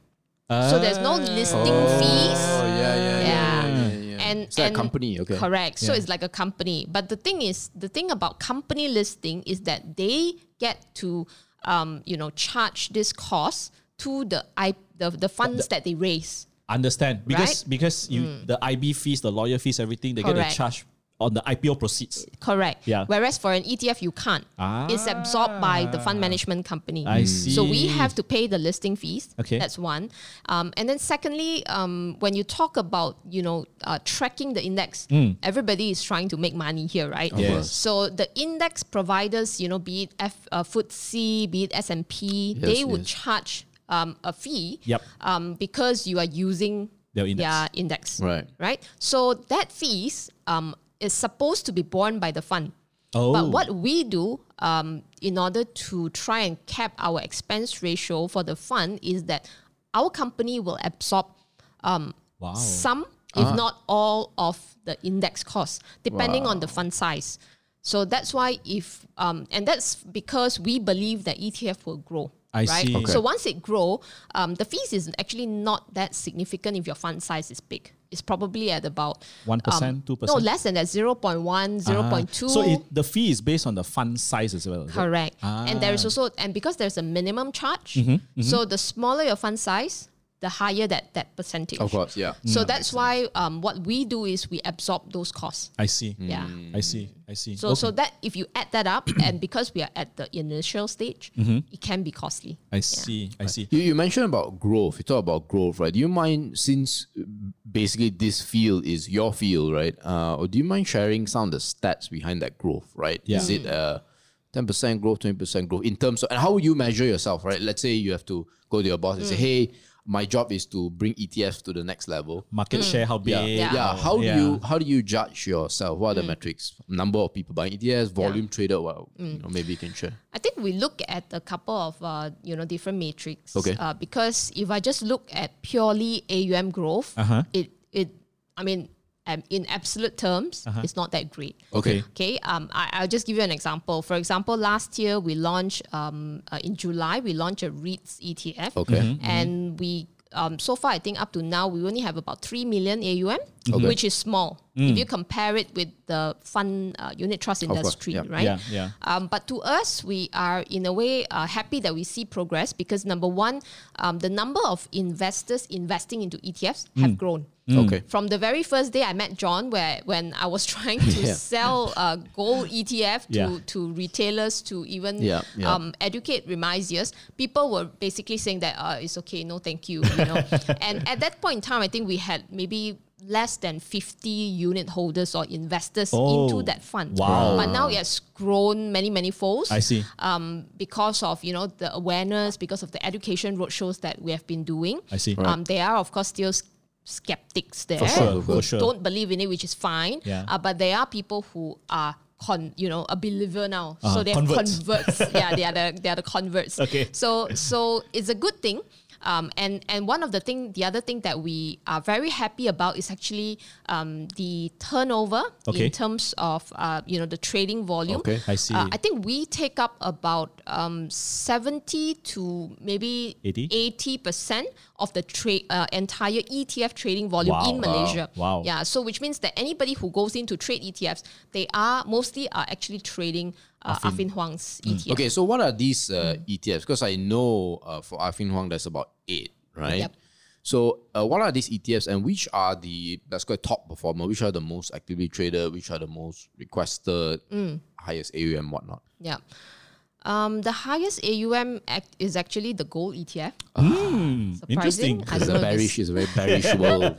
Speaker 3: So there's no listing fees.
Speaker 1: Oh yeah, yeah, yeah. yeah,
Speaker 3: Yeah.
Speaker 1: yeah, yeah.
Speaker 3: And,
Speaker 1: it's like a
Speaker 3: and-
Speaker 1: company. Okay.
Speaker 3: Correct. So
Speaker 2: Yeah.
Speaker 3: it's like a company. But the thing is, the thing about company listing is that they get to, um, you know, charge this cost to the I, the, the funds that they raise.
Speaker 2: Understand because because you the IB fees, the lawyer fees, everything they get a
Speaker 3: Hmm. Correct.
Speaker 2: charge on the IPO proceeds.
Speaker 3: Correct.
Speaker 2: Yeah.
Speaker 3: Whereas for an ETF, you can't. It's absorbed by the fund
Speaker 1: Ah.
Speaker 3: management company.
Speaker 1: Hmm.
Speaker 2: I see.
Speaker 3: So we have to pay the listing fees.
Speaker 2: Mm. Okay.
Speaker 3: That's one. Um, and then secondly, um, when you talk about, you know, uh, tracking the index,
Speaker 2: Mm.
Speaker 3: everybody is trying to make money here, right?
Speaker 1: Of course.
Speaker 3: So the index providers, you know, be it F, uh, FTSE, be it S&P,
Speaker 1: Yes,
Speaker 3: they would
Speaker 1: yes.
Speaker 3: charge um, a fee
Speaker 2: Yep.
Speaker 3: um, because you are using
Speaker 2: Their index.
Speaker 3: their index.
Speaker 1: Right.
Speaker 3: Right. So that fees um, is supposed to be borne by the fund.
Speaker 2: Oh,
Speaker 3: But what we do um, in order to try and cap our expense ratio for the fund is that our company will absorb
Speaker 2: wow. Ah.
Speaker 3: some, if not all, of the index costs, depending on the fund size. So that's why if um, and that's because we believe that ETF will grow.
Speaker 2: I
Speaker 3: right?
Speaker 2: see. Okay.
Speaker 3: So once it grow, um, the fees is actually not that significant if your fund size is big. It's probably at about
Speaker 2: 1%, 2%?
Speaker 3: um, No, less than that, 0.1, 0.2.
Speaker 2: Ah. So it, the fee is based on the fund size as well. is it?
Speaker 3: Correct.
Speaker 1: Ah.
Speaker 3: And there is also, and because there's a minimum charge,
Speaker 1: Mm-hmm,
Speaker 3: so the smaller your fund size, the higher that that percentage.
Speaker 1: Of course. Mm, Yeah.
Speaker 3: So that's why um, what we do is we absorb those costs.
Speaker 2: I see.
Speaker 3: Yeah.
Speaker 2: I see. I see.
Speaker 3: So
Speaker 2: Okay.
Speaker 3: so that if you add that up, and because we are at the initial stage,
Speaker 1: Mm-hmm.
Speaker 3: it can be costly.
Speaker 2: I see. I see.
Speaker 1: You, you mentioned about growth. You talk about growth, right? Do you mind, since uh, basically this field is your field, right? Uh, or do you mind sharing some of the stats behind that growth, right?
Speaker 2: Yeah.
Speaker 1: Is it uh, 10% growth, 20% growth in terms of, and how would you measure yourself, right? Let's say you have to go to your boss and
Speaker 3: Mm.
Speaker 1: say, hey, my job is to bring ETFs to the next level.
Speaker 2: Market share, how big?
Speaker 1: Yeah.
Speaker 3: Hmm. Yeah. Mm.
Speaker 1: yeah. How
Speaker 2: Yeah.
Speaker 1: do you how do you judge yourself? What are the metrics? Number of people buying ETFs, volume traded. Well,
Speaker 3: Mm.
Speaker 1: you know, maybe you can share.
Speaker 3: I think we look at a couple of uh, you know different metrics.
Speaker 1: Okay.
Speaker 3: Uh, because if I just look at purely AUM growth,
Speaker 2: Uh-huh.
Speaker 3: it it I mean um, in absolute terms,
Speaker 1: Uh-huh.
Speaker 3: it's not that great.
Speaker 1: Okay.
Speaker 3: Okay, um, I, I'll just give you an example. For example, last year we launched, um, uh, in July, we launched a REITs ETF.
Speaker 1: Okay.
Speaker 2: Mm-hmm.
Speaker 1: Mm-hmm.
Speaker 3: And we, um, so far, I think up to now, we only have about 3 million AUM,
Speaker 1: Okay. Mm.
Speaker 3: which is small if you compare it with the fund uh, unit trust
Speaker 1: course,
Speaker 3: industry,
Speaker 1: yeah.
Speaker 3: right?
Speaker 2: Yeah, yeah.
Speaker 3: Um, but to us, we are in a way uh, happy that we see progress because number one, um, the number of investors investing into ETFs have grown
Speaker 1: Mm. Okay.
Speaker 3: from the very first day I met John, where when I was trying to
Speaker 1: Yeah.
Speaker 3: sell uh, gold ETF to,
Speaker 2: Yeah.
Speaker 3: to retailers to even
Speaker 1: Yeah, yeah.
Speaker 3: Um, educate remisiers, people were basically saying that uh, it's okay, no, thank you, you know. and at that point in time, I think we had maybe less than 50 unit holders or investors
Speaker 2: Oh,
Speaker 3: into that fund.
Speaker 2: wow.
Speaker 3: But now it has grown many, many folds
Speaker 2: I see.
Speaker 3: um, because of you know the awareness, because of the education roadshows that we have been doing.
Speaker 2: I see.
Speaker 3: Um, there are of course still s- skeptics there
Speaker 2: sure,
Speaker 3: who
Speaker 2: for sure.
Speaker 3: don't believe in it, which is fine.
Speaker 2: Yeah.
Speaker 3: Uh, but there are people who are. Con, you know, a believer now,
Speaker 2: Ah,
Speaker 3: so they're
Speaker 2: converts.
Speaker 3: converts. yeah, they are the they are the converts.
Speaker 2: Okay.
Speaker 3: So so it's a good thing. Um, and and one of the thing, the other thing that we are very happy about is actually um, the turnover
Speaker 2: Okay.
Speaker 3: in terms of uh, you know the trading volume.
Speaker 1: Okay.
Speaker 2: I see.
Speaker 3: Uh, I think we take up about um, 70 to maybe
Speaker 2: 80?
Speaker 3: 80% of the trade uh, entire ETF trading volume
Speaker 2: Wow.
Speaker 3: in Malaysia.
Speaker 2: Wow. Wow.
Speaker 3: Yeah, so which means that anybody who goes in to trade ETFs, they are mostly are actually trading uh, Afin Huang's
Speaker 2: Mm.
Speaker 3: ETF.
Speaker 1: Okay, so what are these uh,
Speaker 3: Mm.
Speaker 1: ETFs? Because I know uh, for Afin Huang, there's about eight, right?
Speaker 3: Yep.
Speaker 1: So uh, what are these ETFs and which are the, let's call it top performer, which are the most actively traded, which are the most requested,
Speaker 3: Mm.
Speaker 1: highest AUM, whatnot?
Speaker 3: Yeah. Um, the highest AUM act is actually the gold E ETF.
Speaker 2: Hmm. Interesting.
Speaker 3: I
Speaker 1: It's
Speaker 3: don't
Speaker 1: a
Speaker 3: know if it's-
Speaker 1: bearish, it's a very bearish world.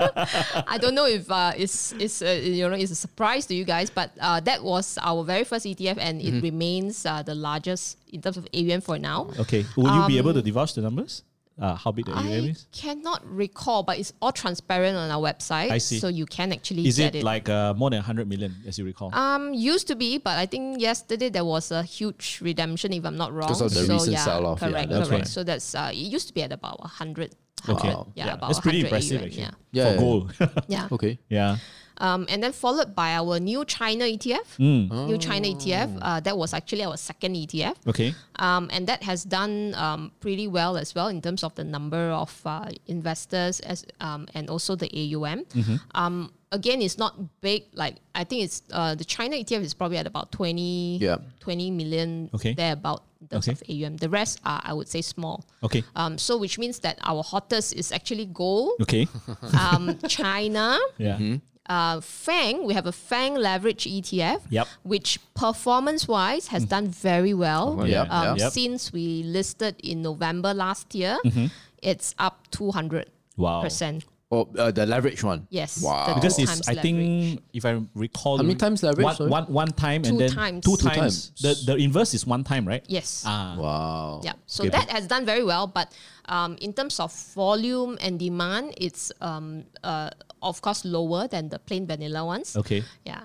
Speaker 3: I don't know if uh, it's it's uh, you know it's a surprise to you guys, but uh, that was our very first ETF, and
Speaker 2: Mm-hmm.
Speaker 3: it remains uh, the largest in terms of AUM for now.
Speaker 2: Okay. Will you be able to divulge the numbers? Uh, how big the AUM
Speaker 3: Um, I
Speaker 2: is?
Speaker 3: cannot recall, but it's all transparent on our website,
Speaker 2: I see.
Speaker 3: so you can actually
Speaker 2: Is it
Speaker 3: get it.
Speaker 2: like uh, more than 100 million, as you recall?
Speaker 3: um, used to be, but I think yesterday there was a huge redemption, if I'm not wrong.
Speaker 1: Because of the
Speaker 3: so,
Speaker 1: recent
Speaker 3: yeah,
Speaker 1: sell-off, yeah,
Speaker 3: Correct,
Speaker 1: that's
Speaker 3: correct.
Speaker 2: right.
Speaker 3: So that's uh, it used to be at about 100.
Speaker 2: okay.
Speaker 3: 100, Yeah, about
Speaker 2: That's pretty
Speaker 3: 100
Speaker 2: impressive,
Speaker 3: AUM,
Speaker 2: actually.
Speaker 3: Yeah.
Speaker 1: Yeah,
Speaker 2: For
Speaker 1: yeah.
Speaker 2: gold.
Speaker 3: yeah.
Speaker 1: okay.
Speaker 2: yeah.
Speaker 3: Um, and then followed by our new China ETF,
Speaker 2: Hmm.
Speaker 3: new China
Speaker 1: Oh.
Speaker 3: ETF. Uh, that was actually our second E ETF,
Speaker 2: Okay.
Speaker 3: um, and that has done um, pretty well as well in terms of the number of uh, investors as um, and also the AUM.
Speaker 2: Mm-hmm.
Speaker 3: Um, again, it's not big. Like I think it's uh, the China ETF is probably at about 20,
Speaker 1: Yeah.
Speaker 3: 20 million
Speaker 2: Okay.
Speaker 3: there about in terms
Speaker 2: Okay.
Speaker 3: of AUM. The rest are I would say small.
Speaker 2: Okay.
Speaker 3: Um, so which means that our hottest is actually gold,
Speaker 2: Okay.
Speaker 3: um, China
Speaker 2: Yeah.
Speaker 1: Mm-hmm.
Speaker 3: uh, FANG, we have a FANG leverage ETF,
Speaker 2: Yep. Mm.
Speaker 3: which performance wise has done very well.
Speaker 1: course, yeah,
Speaker 3: Um,
Speaker 2: yeah. Yep.
Speaker 3: Since we listed in November last year, it's up 200%.
Speaker 2: Wow.
Speaker 1: Oh, uh, the leverage one.
Speaker 3: Yes.
Speaker 1: Wow.
Speaker 3: the
Speaker 2: Because
Speaker 3: two
Speaker 2: it's,
Speaker 3: times
Speaker 2: I think, if I recall, how
Speaker 1: many times leverage,
Speaker 2: One,
Speaker 1: sorry?
Speaker 2: one, one time and
Speaker 3: Two
Speaker 2: then
Speaker 3: times.
Speaker 2: two
Speaker 3: Two
Speaker 2: times. The,
Speaker 1: times.
Speaker 2: the inverse is one time, right?
Speaker 3: Yes.
Speaker 2: Ah,
Speaker 1: Wow.
Speaker 3: Yeah. So
Speaker 2: Okay,
Speaker 3: that has done very well, but um, in terms of volume and demand, it's um, uh, of course lower than the plain vanilla ones.
Speaker 2: okay.
Speaker 3: Yeah.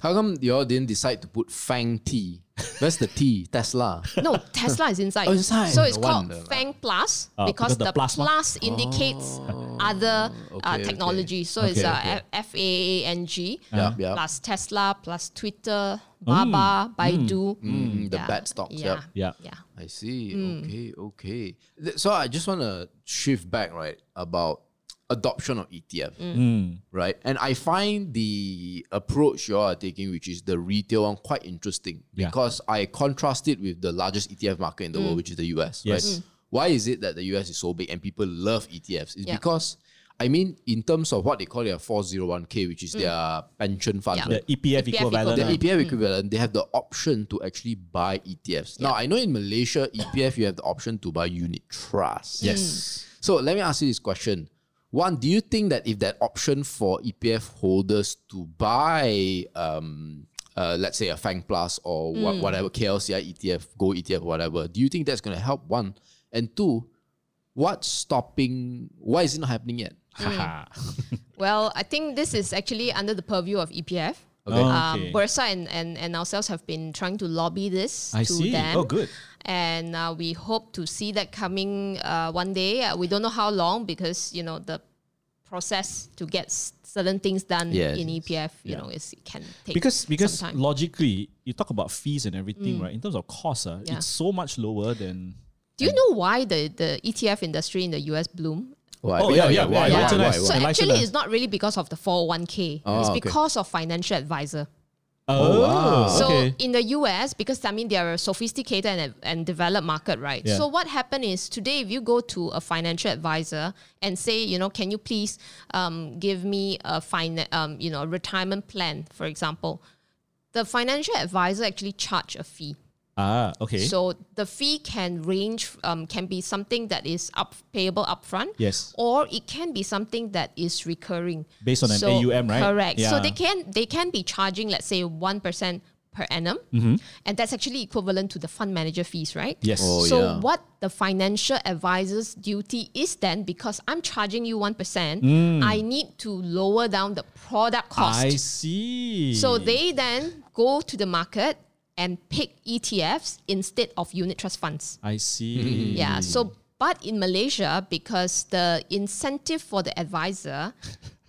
Speaker 1: How come y'all didn't decide to put Fang T? Where's the T? Tesla.
Speaker 3: No, Tesla is inside.
Speaker 1: Oh, inside.
Speaker 3: So it's
Speaker 1: No
Speaker 3: called
Speaker 1: wonder lah.
Speaker 3: Fang Plus
Speaker 2: Ah,
Speaker 3: because,
Speaker 2: because the
Speaker 3: the,
Speaker 2: plus mark.
Speaker 3: plus indicates other uh,
Speaker 1: okay,
Speaker 3: technology. So it's
Speaker 2: Okay, okay.
Speaker 3: uh, F A A N G
Speaker 1: Yeah, yeah.
Speaker 3: plus Tesla plus Twitter, Baba, Baidu.
Speaker 1: Mm, the
Speaker 3: Hmm. Yeah,
Speaker 1: bad stocks. Yep.
Speaker 3: Yeah.
Speaker 2: Yeah.
Speaker 3: Yeah.
Speaker 1: I see.
Speaker 3: Hmm.
Speaker 1: Okay, okay. Th- So I just want to shift back, right, about adoption of ETF,
Speaker 3: Hmm.
Speaker 2: Hmm.
Speaker 1: right? And I find the approach you all are taking, which is the retail one, quite interesting
Speaker 2: Yeah.
Speaker 1: because I contrast it with the largest ETF market in the
Speaker 3: Hmm.
Speaker 1: world, which is the US.
Speaker 2: Yes.
Speaker 1: Right? Why is it that the US is so big and people love ETFs? It's
Speaker 3: Yeah.
Speaker 1: because I mean, in terms of what they call their 401k, which is their pension fund, right?
Speaker 3: Hmm. Yeah. E
Speaker 2: The EPF, equivalent.
Speaker 3: EPF
Speaker 1: the
Speaker 2: ah.
Speaker 3: equivalent.
Speaker 1: EPF equivalent, they have the option to actually buy ETFs. Now, I know in Malaysia, EPF, you have the option to buy unit trust.
Speaker 2: Yes.
Speaker 1: So let me ask you this question. One, do you think that if that option for EPF holders to buy, um, uh, let's say a Fang Plus or wha-
Speaker 2: Hmm.
Speaker 1: whatever KLCI ETF, E Go ETF, whatever, do you think that's going to help? One and two, what's stopping? Why is it not happening yet?
Speaker 2: Haha.
Speaker 3: Mm. Well, I think this is actually under the purview of EPF.
Speaker 1: Okay.
Speaker 3: Um,
Speaker 2: Oh, Okay.
Speaker 3: Bursa and, and, and ourselves have been trying to lobby this
Speaker 2: I
Speaker 3: to
Speaker 2: see.
Speaker 3: them.
Speaker 2: Oh, good.
Speaker 3: and uh, we hope to see that coming uh, one day. Uh, we don't know how long because you know the process to get s- certain things done
Speaker 1: Yes.
Speaker 3: in EPF, you
Speaker 2: Yeah.
Speaker 3: know, is, it can take
Speaker 2: because because
Speaker 3: some time.
Speaker 2: logically you talk about fees and everything right in terms of cost uh,
Speaker 3: Mm. Yeah.
Speaker 2: it's so much lower than
Speaker 3: Do you know why the, the ETF industry in the US bloom?
Speaker 1: Why?
Speaker 2: Oh, yeah, yeah, why,
Speaker 1: why,
Speaker 2: why,
Speaker 1: why,
Speaker 2: why?
Speaker 3: So
Speaker 2: Enlighten
Speaker 3: actually,
Speaker 2: us.
Speaker 3: it's not really because of the 401k.
Speaker 1: Oh,
Speaker 3: it's
Speaker 1: okay.
Speaker 3: because of financial advisor.
Speaker 2: oh,
Speaker 1: wow.
Speaker 3: So in the US, because I mean they are a sophisticated and, and developed market, right?
Speaker 2: Yeah.
Speaker 3: So what happened is today, if you go to a financial advisor and say, you know, can you please um, give me a fina- um, you know, a retirement plan, for example, the financial advisor actually charge a fee.
Speaker 2: Ah, okay.
Speaker 3: So the fee can range um, can be something that is up payable upfront.
Speaker 2: Yes.
Speaker 3: Or it can be something that is recurring.
Speaker 2: Based on an AUM, right?
Speaker 3: Correct.
Speaker 2: Yeah.
Speaker 3: So they can they can be charging let's say one percent per annum, and that's actually equivalent to the fund manager fees, right?
Speaker 2: Mm-hmm. yes.
Speaker 1: Oh,
Speaker 3: so
Speaker 1: yeah.
Speaker 3: what the financial advisor's duty is then because I'm charging you one percent, I need to lower down the product cost.
Speaker 2: Mm. I see.
Speaker 3: So they then go to the market and pick ETFs instead of unit trust funds.
Speaker 2: I see.
Speaker 3: Yeah. So, but in Malaysia, because the incentive for the advisor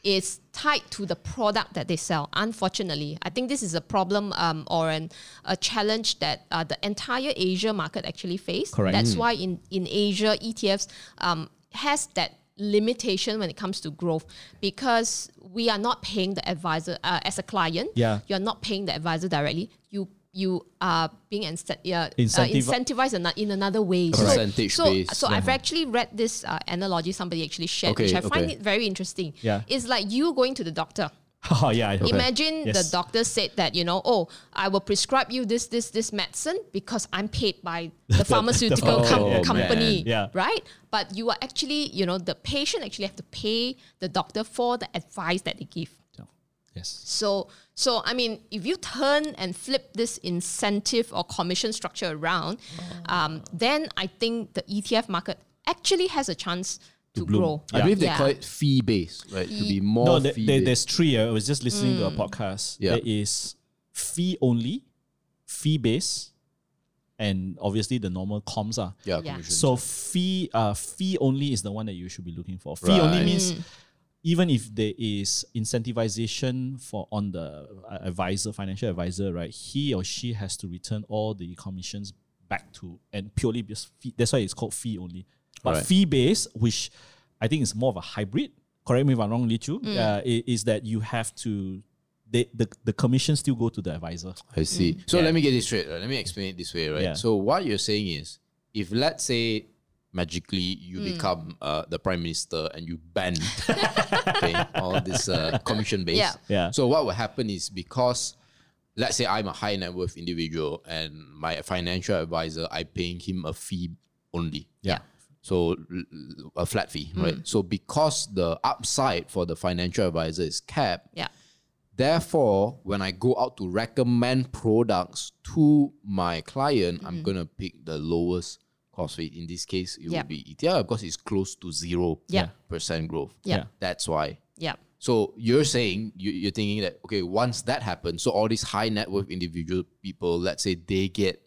Speaker 3: is tied to the product that they sell, unfortunately, I think this is a problem um, or an, a challenge that uh, the entire Asia market actually face.
Speaker 2: Correct. Hmm.
Speaker 3: That's why in, in Asia, ETFs um, has that limitation when it comes to growth because we are not paying the advisor uh, as a client
Speaker 2: Yeah.
Speaker 3: you're not paying the advisor directly you you are being incent- yeah,
Speaker 2: Incentiv-
Speaker 3: uh, incentivized ano- in another way So-
Speaker 1: Percentage
Speaker 3: so,
Speaker 1: based.
Speaker 3: so I've actually read this uh, analogy somebody actually shared,
Speaker 1: Okay,
Speaker 3: which I find
Speaker 1: okay.
Speaker 3: it very interesting.
Speaker 2: Yeah.
Speaker 3: It's like you going to the doctor.
Speaker 2: oh, yeah. I-
Speaker 3: Imagine
Speaker 2: Yes.
Speaker 3: the doctor said that, you know, oh, I will prescribe you this, this, this medicine because I'm paid by the pharmaceutical com-
Speaker 1: Oh, man.
Speaker 3: company.
Speaker 2: Yeah.
Speaker 3: Right? But you are actually, you know, the patient actually have to pay the doctor for the advice that they give.
Speaker 2: Yes.
Speaker 3: So, so I mean, if you turn and flip this incentive or commission structure around, um, then I think the ETF market actually has a chance to,
Speaker 2: bloom.
Speaker 3: grow.
Speaker 1: I believe they
Speaker 3: Yeah.
Speaker 1: call it fee based, right? To be more
Speaker 2: No, there,
Speaker 1: fee
Speaker 2: there-
Speaker 1: based.
Speaker 2: there's three. uh, I was just listening to a
Speaker 3: Mm.
Speaker 2: podcast.
Speaker 1: Yeah.
Speaker 2: There is fee only, fee base, and obviously the normal comms are.
Speaker 1: yeah,
Speaker 3: Yeah.
Speaker 1: commission.
Speaker 2: So fee uh fee only is the one that you should be looking for. Fee only
Speaker 1: Right.
Speaker 2: means even if there is incentivization for on the uh, advisor, financial advisor, right? He or she has to return all the commissions back to and purely just fee. That's why it's called fee only. But
Speaker 1: Alright.
Speaker 2: fee based, which I think is more of a hybrid. Correct me if I'm wrong, Li Chu. Uh, i- is that you have to the, the the commission still go to the advisor?
Speaker 1: I see. So let me get this straight. Right? Let me explain it this way, right?
Speaker 2: mm. Yeah.
Speaker 1: So what you're saying is, if let's say magically you become uh, the prime minister and you ban okay, all this uh, commission based,
Speaker 3: Yeah.
Speaker 2: Yeah.
Speaker 1: So what will happen is because let's say I'm a high net worth individual and my financial advisor, I paying him a fee only.
Speaker 2: Yeah.
Speaker 1: So l- l- a flat fee, right? So because the upside for the financial advisor is capped,
Speaker 3: Yeah.
Speaker 1: Therefore, when I go out to recommend products to my client, I'm gonna pick the lowest cost rate. In this case, it
Speaker 3: Yeah.
Speaker 1: will be E ETF because it's close to zero
Speaker 3: Yeah.
Speaker 1: percent growth.
Speaker 3: Yeah.
Speaker 1: That's why.
Speaker 3: Yeah.
Speaker 1: So you're saying you, you're thinking that okay, once that happens, so all these high net worth individual people, let's say they get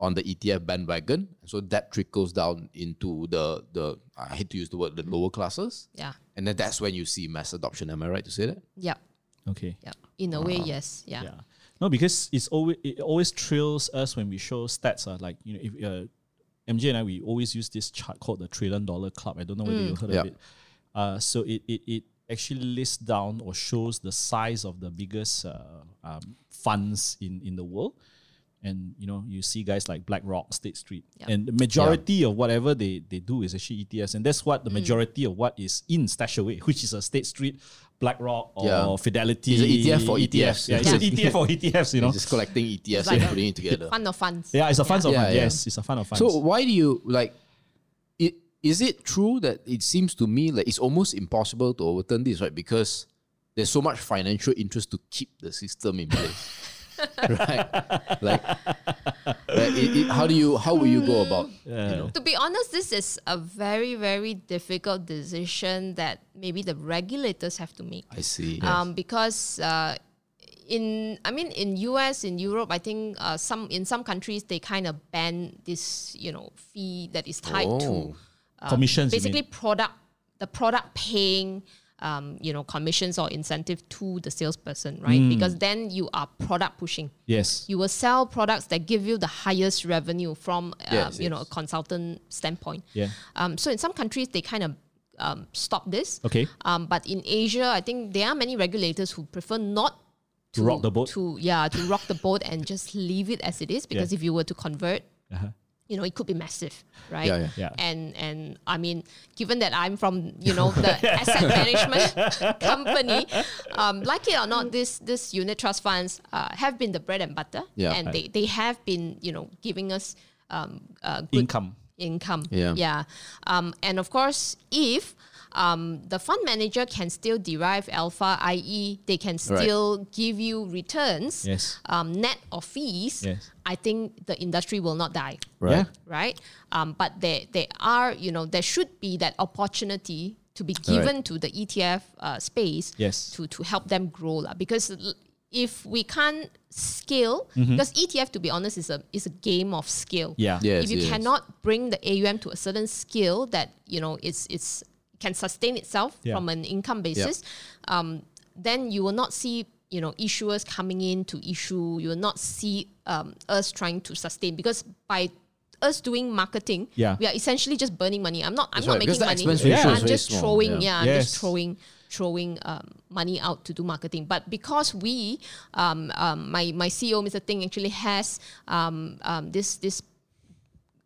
Speaker 1: on the ETF bandwagon, so that trickles down into the the I hate to use the word the lower classes,
Speaker 3: Yeah.
Speaker 1: and then that's when you see mass adoption. Am I right to say that?
Speaker 3: Yeah.
Speaker 2: Okay.
Speaker 3: Yeah. In a way, yes. Yeah.
Speaker 2: Yeah. No, because it's always it always thrills us when we show stats. Uh, like you know, if uh, MJ and I, we always use this chart called the trillion dollar club. I don't know whether
Speaker 3: Mm.
Speaker 2: you've heard
Speaker 1: Yeah.
Speaker 2: of it. Uh, so it, it it actually lists down or shows the size of the biggest uh, um, funds in in the world. And you know, you see guys like BlackRock, State Street,
Speaker 3: Yeah.
Speaker 2: and the majority of whatever they, they do is actually ETFs, and that's
Speaker 3: Mm.
Speaker 2: what the majority of what is in Stashaway, which is a State Street, BlackRock, or
Speaker 1: Yeah.
Speaker 2: Fidelity.
Speaker 1: It's an ETF for ETFs.
Speaker 2: E Yeah, it's an
Speaker 1: Yeah.
Speaker 2: ETF for ETFs. E You know,
Speaker 1: It's just collecting ETFs
Speaker 3: like
Speaker 1: and
Speaker 3: a
Speaker 1: putting it together.
Speaker 3: Fund of funds.
Speaker 2: Yeah, it's a fund of
Speaker 1: Yeah,
Speaker 2: funds.
Speaker 1: yeah.
Speaker 2: Yes, it's a fund of funds.
Speaker 1: So why do you like? It is it true that it seems to me like it's almost impossible to overturn this, right? Because there's so much financial interest to keep the system in place, right? Like, like, it- it- how do you how will you go about? You know,
Speaker 3: To be honest, this is a very, very difficult decision that maybe the regulators have to make.
Speaker 1: I see.
Speaker 3: um, because uh, in I mean in US in Europe I think uh, some in some countries they kind of ban this you know fee that is tied
Speaker 1: oh,
Speaker 3: to
Speaker 2: commissions you mean?
Speaker 3: Uh, basically product the product paying um, you know commissions or incentive to the salesperson right
Speaker 1: Hmm.
Speaker 3: because then you are product pushing
Speaker 2: Yes.
Speaker 3: you will sell products that give you the highest revenue from uh,
Speaker 1: Yes,
Speaker 3: you know a
Speaker 1: yes.
Speaker 3: consultant standpoint
Speaker 2: Yeah.
Speaker 3: um, so in some countries they kind of um, stop this
Speaker 2: Okay.
Speaker 3: um, but in Asia, I think there are many regulators who prefer not
Speaker 2: To rock the boat.
Speaker 3: To yeah, to rock the boat and just leave it as it is because if you were to convert you know, it could be massive, right?
Speaker 1: Yeah, yeah.
Speaker 2: Uh-huh. Yeah.
Speaker 3: And and I mean, given that I'm from you know the asset management company, um, like it or not, this this unit trust funds uh, have been the bread and butter,
Speaker 1: Yeah.
Speaker 3: and they they have been you know giving us um, uh, good
Speaker 2: Income.
Speaker 3: income.
Speaker 1: Yeah.
Speaker 3: Um, and of course, if um, the fund manager can still derive alpha, i.e., they can still give you returns,
Speaker 2: Yes.
Speaker 3: um, net of fees.
Speaker 2: Yes.
Speaker 3: I think the industry will not die,
Speaker 1: Right.
Speaker 3: right? Um, but there, there are, you know, there should be that opportunity to be given to the ETF uh, space
Speaker 2: Yes.
Speaker 3: to to help them grow lah. Because l- if we can't scale, because ETF, to be honest, is a is a game of scale
Speaker 2: Mm-hmm. Yeah.
Speaker 1: Yeah.
Speaker 3: if
Speaker 1: Yes,
Speaker 3: you
Speaker 1: yes.
Speaker 3: cannot bring the AUM to a certain scale that you know it's it's can sustain itself
Speaker 2: Yeah.
Speaker 3: from an income basis, um, then you will not see you know issuers coming in to issue. You will not see um, us trying to sustain because by us doing marketing,
Speaker 2: Yeah.
Speaker 3: we are essentially just burning money. I'm not. I'm
Speaker 1: That's
Speaker 3: not
Speaker 1: right, because the
Speaker 3: making money.
Speaker 1: expense ratio
Speaker 2: Yeah. is
Speaker 3: I'm
Speaker 1: very
Speaker 3: just
Speaker 1: small,
Speaker 3: throwing.
Speaker 1: yeah.
Speaker 3: Yeah, I'm
Speaker 2: Yes.
Speaker 3: just throwing throwing um, money out to do marketing. But because we, um, um, my my CEO Mr. Ting actually has um, um, this this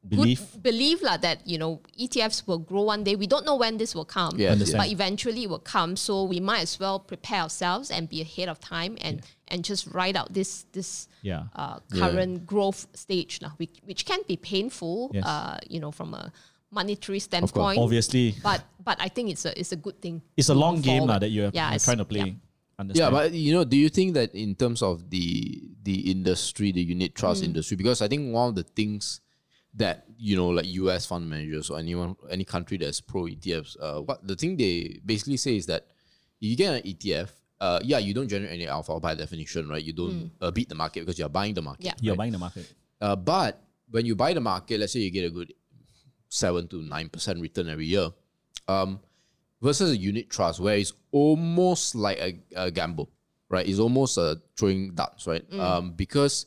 Speaker 2: Belief.
Speaker 3: good belief lah that you know ETFs will grow one day. We don't know when this will come,
Speaker 1: Yes, Understand.
Speaker 3: but eventually it will come. So we might as well prepare ourselves and be ahead of time and and just ride out this this
Speaker 2: Yeah.
Speaker 3: uh, current growth stage lah, which which can be painful,
Speaker 2: Yes.
Speaker 3: uh, you know, from a monetary standpoint.
Speaker 2: Obviously,
Speaker 3: But but I think it's a it's a good thing.
Speaker 2: it's a
Speaker 3: moving
Speaker 2: long game lah
Speaker 3: forward.
Speaker 2: that you're,
Speaker 3: Yeah,
Speaker 2: you're
Speaker 3: it's-
Speaker 2: trying to play.
Speaker 3: yeah.
Speaker 1: Yeah,
Speaker 2: Understand.
Speaker 1: but you know, do you think that in terms of the the industry, the unit trust industry, because I think one of the things that you know, like U.S. fund managers or anyone, any country that's pro ETFs, uh, what the thing they basically say is that you get an ETF, uh, yeah, you don't generate any alpha by definition, right? You don't uh, beat the market because you're buying the market.
Speaker 3: Yeah.
Speaker 2: you're
Speaker 1: right?
Speaker 2: buying the market.
Speaker 1: Uh, but when you buy the market, let's say you get a good seven to nine percent return every year, um, versus a unit trust where it's almost like a, a gamble, right? It's almost a throwing darts, right?
Speaker 3: Mm.
Speaker 1: Um, because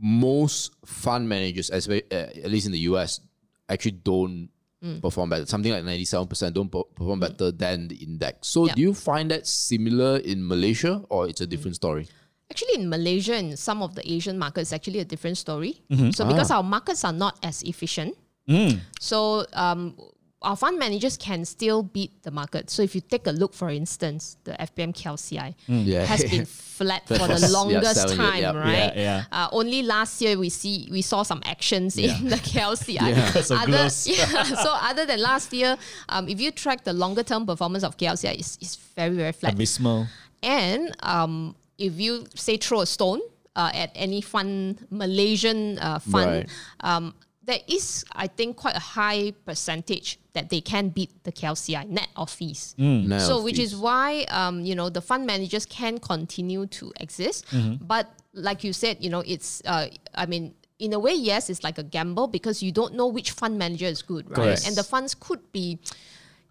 Speaker 1: most fund managers, as we- uh, at least in the US, actually don't
Speaker 3: Mm.
Speaker 1: perform better. Something like ninety-seven percent don't per- perform better than the index. So,
Speaker 3: Yeah. Mm.
Speaker 1: do you find that similar in Malaysia, or it's a different story?
Speaker 3: Actually, in Malaysia and some of the Asian markets, actually a different story.
Speaker 1: Mm-hmm.
Speaker 3: So because
Speaker 1: Ah.
Speaker 3: our markets are not as efficient,
Speaker 1: Mm.
Speaker 3: so um, our fund managers can still beat the market. So if you take a look, for instance, the FPM KLCI
Speaker 1: Mm. Yeah.
Speaker 3: has been flat for
Speaker 1: for
Speaker 3: the
Speaker 1: s- yeah,
Speaker 3: longest
Speaker 1: seven years,
Speaker 3: time,
Speaker 1: yeah.
Speaker 3: right?
Speaker 2: Yeah,
Speaker 3: Uh, only last year we see we saw some actions in the KLCI.
Speaker 2: Because of
Speaker 3: other,
Speaker 2: gloves.
Speaker 3: yeah, so other than last year, um, if you track the longer term performance of KLCI, it's, it's very very flat.
Speaker 2: Abysmal.
Speaker 3: And um, if you say throw a stone uh, at any fund, Malaysian uh, fund,
Speaker 1: Right.
Speaker 3: um, there is, I think, quite a high percentage that they can beat the KLCI net of fees.
Speaker 1: Mm-hmm. Now,
Speaker 3: So, which
Speaker 1: if-
Speaker 3: is why um, you know the fund managers can continue to exist,
Speaker 1: Mm-hmm.
Speaker 3: but like you said, you know it's uh, I mean in a way yes, it's like a gamble because you don't know which fund manager is good, right?
Speaker 1: Correct.
Speaker 3: And the funds could be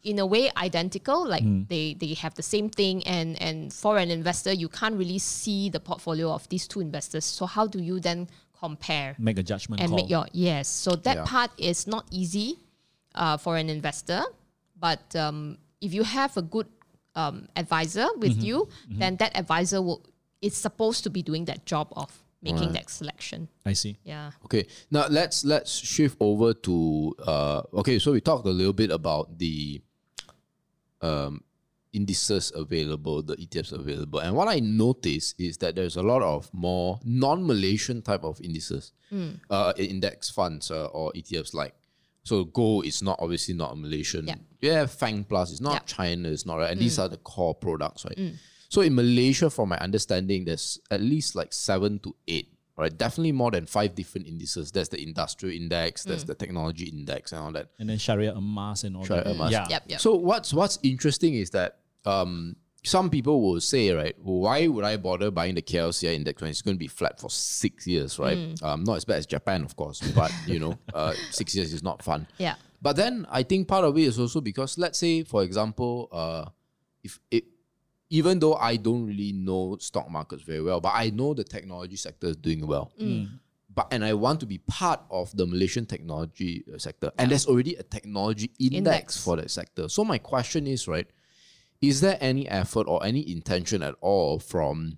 Speaker 3: in a way identical, like
Speaker 1: Mm-hmm.
Speaker 3: they they have the same thing, and and for an investor you can't really see the portfolio of these two investors. So how do you then compare?
Speaker 2: Make a judgment
Speaker 3: and
Speaker 2: call.
Speaker 3: make your yes. So that
Speaker 1: Yeah.
Speaker 3: part is not easy uh, for an investor, but um, if you have a good um, advisor with
Speaker 2: Mm-hmm.
Speaker 3: you, then that advisor will is supposed to be doing that job of making that selection.
Speaker 2: I see.
Speaker 3: Yeah.
Speaker 1: Okay, now let's let's shift over to uh, okay. So we talked a little bit about the um, indices available, the ETFs available, and what I noticed is that there's a lot of more non-Malaysian type of indices,
Speaker 3: Hmm.
Speaker 1: uh, i- index funds uh, or ETFs like. So gold is not obviously not a Malaysian.
Speaker 3: Yeah.
Speaker 1: Yeah, Fang Plus it's not
Speaker 3: Yeah. Hmm.
Speaker 1: China. It's not right. And these are the core products, right? So in Malaysia, from my understanding, there's at least like seven to eight, right? Definitely more than five different indices. There's the industrial index, there's
Speaker 3: Hmm.
Speaker 1: the technology index, and all that.
Speaker 2: And then Sharia Amas and all
Speaker 1: Sharia
Speaker 2: that.
Speaker 1: Emas.
Speaker 2: Yeah.
Speaker 3: Yep. Yep.
Speaker 1: So what's what's interesting is that um, some people will say, right, why would I bother buying the KLCI index when it's going to be flat for six years, right? Um, not as bad as Japan, of course, but you know, uh, six years is not fun.
Speaker 3: yeah.
Speaker 1: But then I think part of it is also because let's say, for example, uh, if it, even though I don't really know stock markets very well, but I know the technology sector is doing well. But and I want to be part of the Malaysian technology uh, sector, and there's already a technology index,
Speaker 3: Index.
Speaker 1: for that sector. So my question is, right, is there any effort or any intention at all from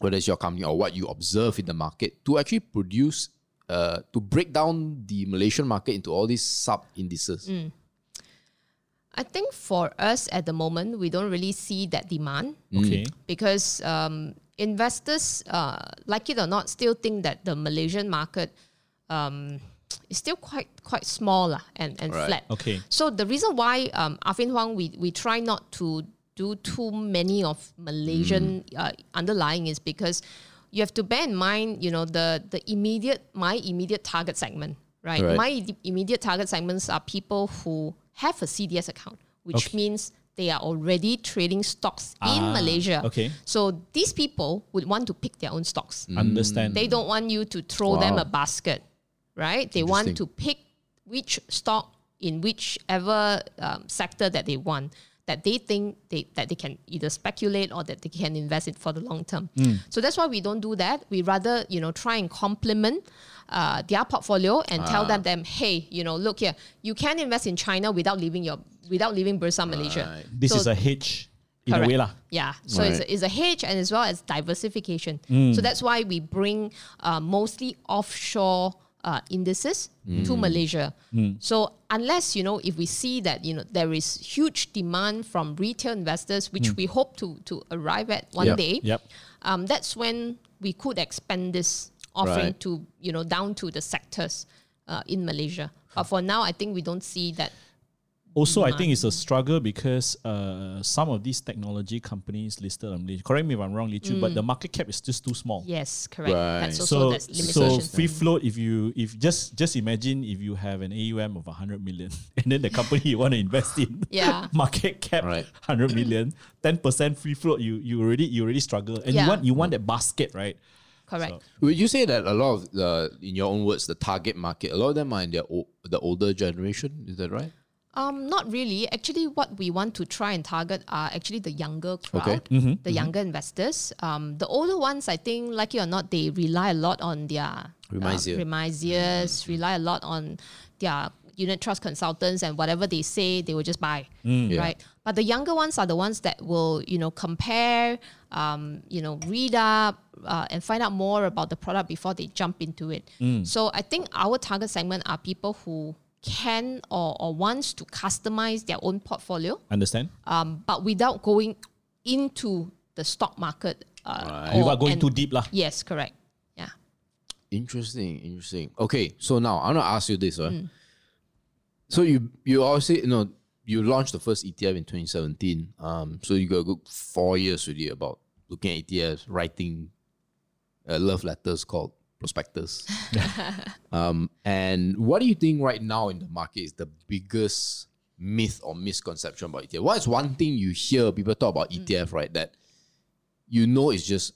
Speaker 1: whether it's your company or what you observe in the market to actually produce uh, to break down the Malaysian market into all these sub indices?
Speaker 3: I think for us at the moment, we don't really see that demand
Speaker 2: Okay.
Speaker 3: because um, investors, uh, like it or not, still think that the Malaysian market um, is still quite quite small lah and, and
Speaker 1: Right.
Speaker 3: flat.
Speaker 2: Okay.
Speaker 3: So the reason why um, Afin Huang, we, we try not to do too many of Malaysian uh, underlying is because you have to bear in mind, you know, the, the immediate, my immediate target segment, right?
Speaker 1: Right.
Speaker 3: My i- immediate target segments are people who have a CDS account, which
Speaker 2: Okay.
Speaker 3: means they are already trading stocks in
Speaker 2: Ah,
Speaker 3: Malaysia.
Speaker 2: okay. Mm.
Speaker 3: So these people would want to pick their own stocks.
Speaker 1: Mm.
Speaker 2: Understand.
Speaker 3: They don't want you to throw them
Speaker 1: Wow.
Speaker 3: a basket, right? They want to pick which stock in whichever um, sector that they want that they think they that they can either speculate or that they can invest it for the long term.
Speaker 2: Mm.
Speaker 3: So that's why we don't do that. We rather you know try and complement uh, their portfolio and tell
Speaker 2: Ah.
Speaker 3: them them hey you know look here you can invest in China without leaving your without leaving Bursa Malaysia.
Speaker 2: This is
Speaker 3: So-
Speaker 2: a hedge in
Speaker 3: Correct.
Speaker 2: a way lah.
Speaker 3: yeah. So it's,
Speaker 1: Right.
Speaker 3: a, it's a hedge and as well as diversification.
Speaker 2: Mm.
Speaker 3: So that's why we bring uh, mostly offshore uh, indices
Speaker 1: Mm.
Speaker 3: to Malaysia.
Speaker 2: Mm.
Speaker 3: So unless, you know, if we see that, you know, there is huge demand from retail investors, which we hope to, to arrive at one
Speaker 1: Yep.
Speaker 3: day,
Speaker 2: Mm. Yep.
Speaker 3: um, that's when we could expand this offering
Speaker 1: Right.
Speaker 3: to, you know, down to the sectors uh, in Malaysia. But for now, I think we don't see that.
Speaker 2: Also, I think it's a
Speaker 3: Mm-hmm.
Speaker 2: struggle because uh, some of these technology companies listed on Malaysia. Correct me if I'm wrong, Lee Chu,
Speaker 3: Mm.
Speaker 2: but the market cap is just too small.
Speaker 3: Yes, correct.
Speaker 1: Right.
Speaker 3: That's also
Speaker 2: so
Speaker 3: that's
Speaker 2: so
Speaker 3: limitation.
Speaker 2: free float if you if just just imagine if you have an AUM of 100 million and then the company you want to invest in
Speaker 3: Yeah.
Speaker 2: market cap
Speaker 1: Right.
Speaker 2: 100 million 10% free float you you already you already struggle and you
Speaker 3: Yeah.
Speaker 2: want you want that basket right
Speaker 3: correct.
Speaker 1: Would you say that a lot of the, in your own words, the target market, a lot of them are in their o- the older generation? Is that right?
Speaker 3: Um, not really. Actually, what we want to try and target are actually the younger crowd,
Speaker 1: Okay.
Speaker 3: the younger investors. Um, the older ones, I think, like it or not, they rely a lot on their
Speaker 1: Remisier.
Speaker 2: Mm-hmm.
Speaker 3: uh, remisiers, rely a lot on their unit trust consultants, and whatever they say, they will just buy,
Speaker 2: Mm,
Speaker 3: right? But the younger ones are the ones that will, you know, compare, um, you know, read up uh, and find out more about the product before they jump into it.
Speaker 2: Mm.
Speaker 3: So I think our target segment are people who can or, or wants to customize their own portfolio,
Speaker 2: understand
Speaker 3: um, but without going into the stock market. Uh,
Speaker 2: you
Speaker 3: or-
Speaker 2: are going
Speaker 3: and-
Speaker 2: too deep lah
Speaker 3: Yes, correct. Yeah.
Speaker 1: Interesting, interesting. Okay, so now I'm gonna ask you this, right? So you you obviously you know you launched the first ETF in 2017. Um, so you got a good four years really about looking at ETFs, writing uh, love letters called prospectus. um, and what do you think right now in the market is the biggest myth or misconception about ETF? What is one thing you hear people talk about ETF, right? That you know is just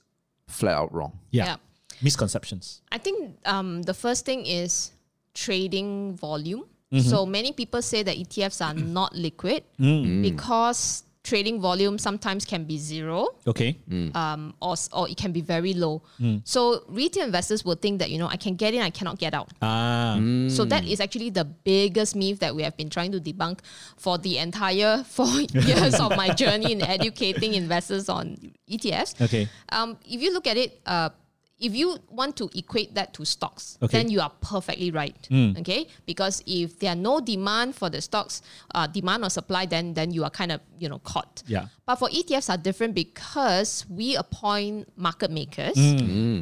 Speaker 1: flat out wrong.
Speaker 2: yeah,
Speaker 3: Yeah.
Speaker 2: misconceptions
Speaker 3: I think um, the first thing is trading volume. So many people say that ETFs are not liquid because trading volume sometimes can be zero
Speaker 2: okay
Speaker 3: um, or, s- or it can be very low. So retail investors will think that, you know, I can get in, I cannot get out.
Speaker 2: ah
Speaker 3: So that is actually the biggest myth that we have been trying to debunk for the entire four years of my journey in educating investors on E ETFs.
Speaker 2: okay
Speaker 3: Um, if you look at it, uh, if you want to equate that to stocks,
Speaker 2: Okay. Hmm.
Speaker 3: then you are perfectly right. Okay, because if there are no demand for the stocks, uh, demand or supply, then then you are kind of you know caught.
Speaker 2: Yeah.
Speaker 3: But for ETFs are different because we appoint market makers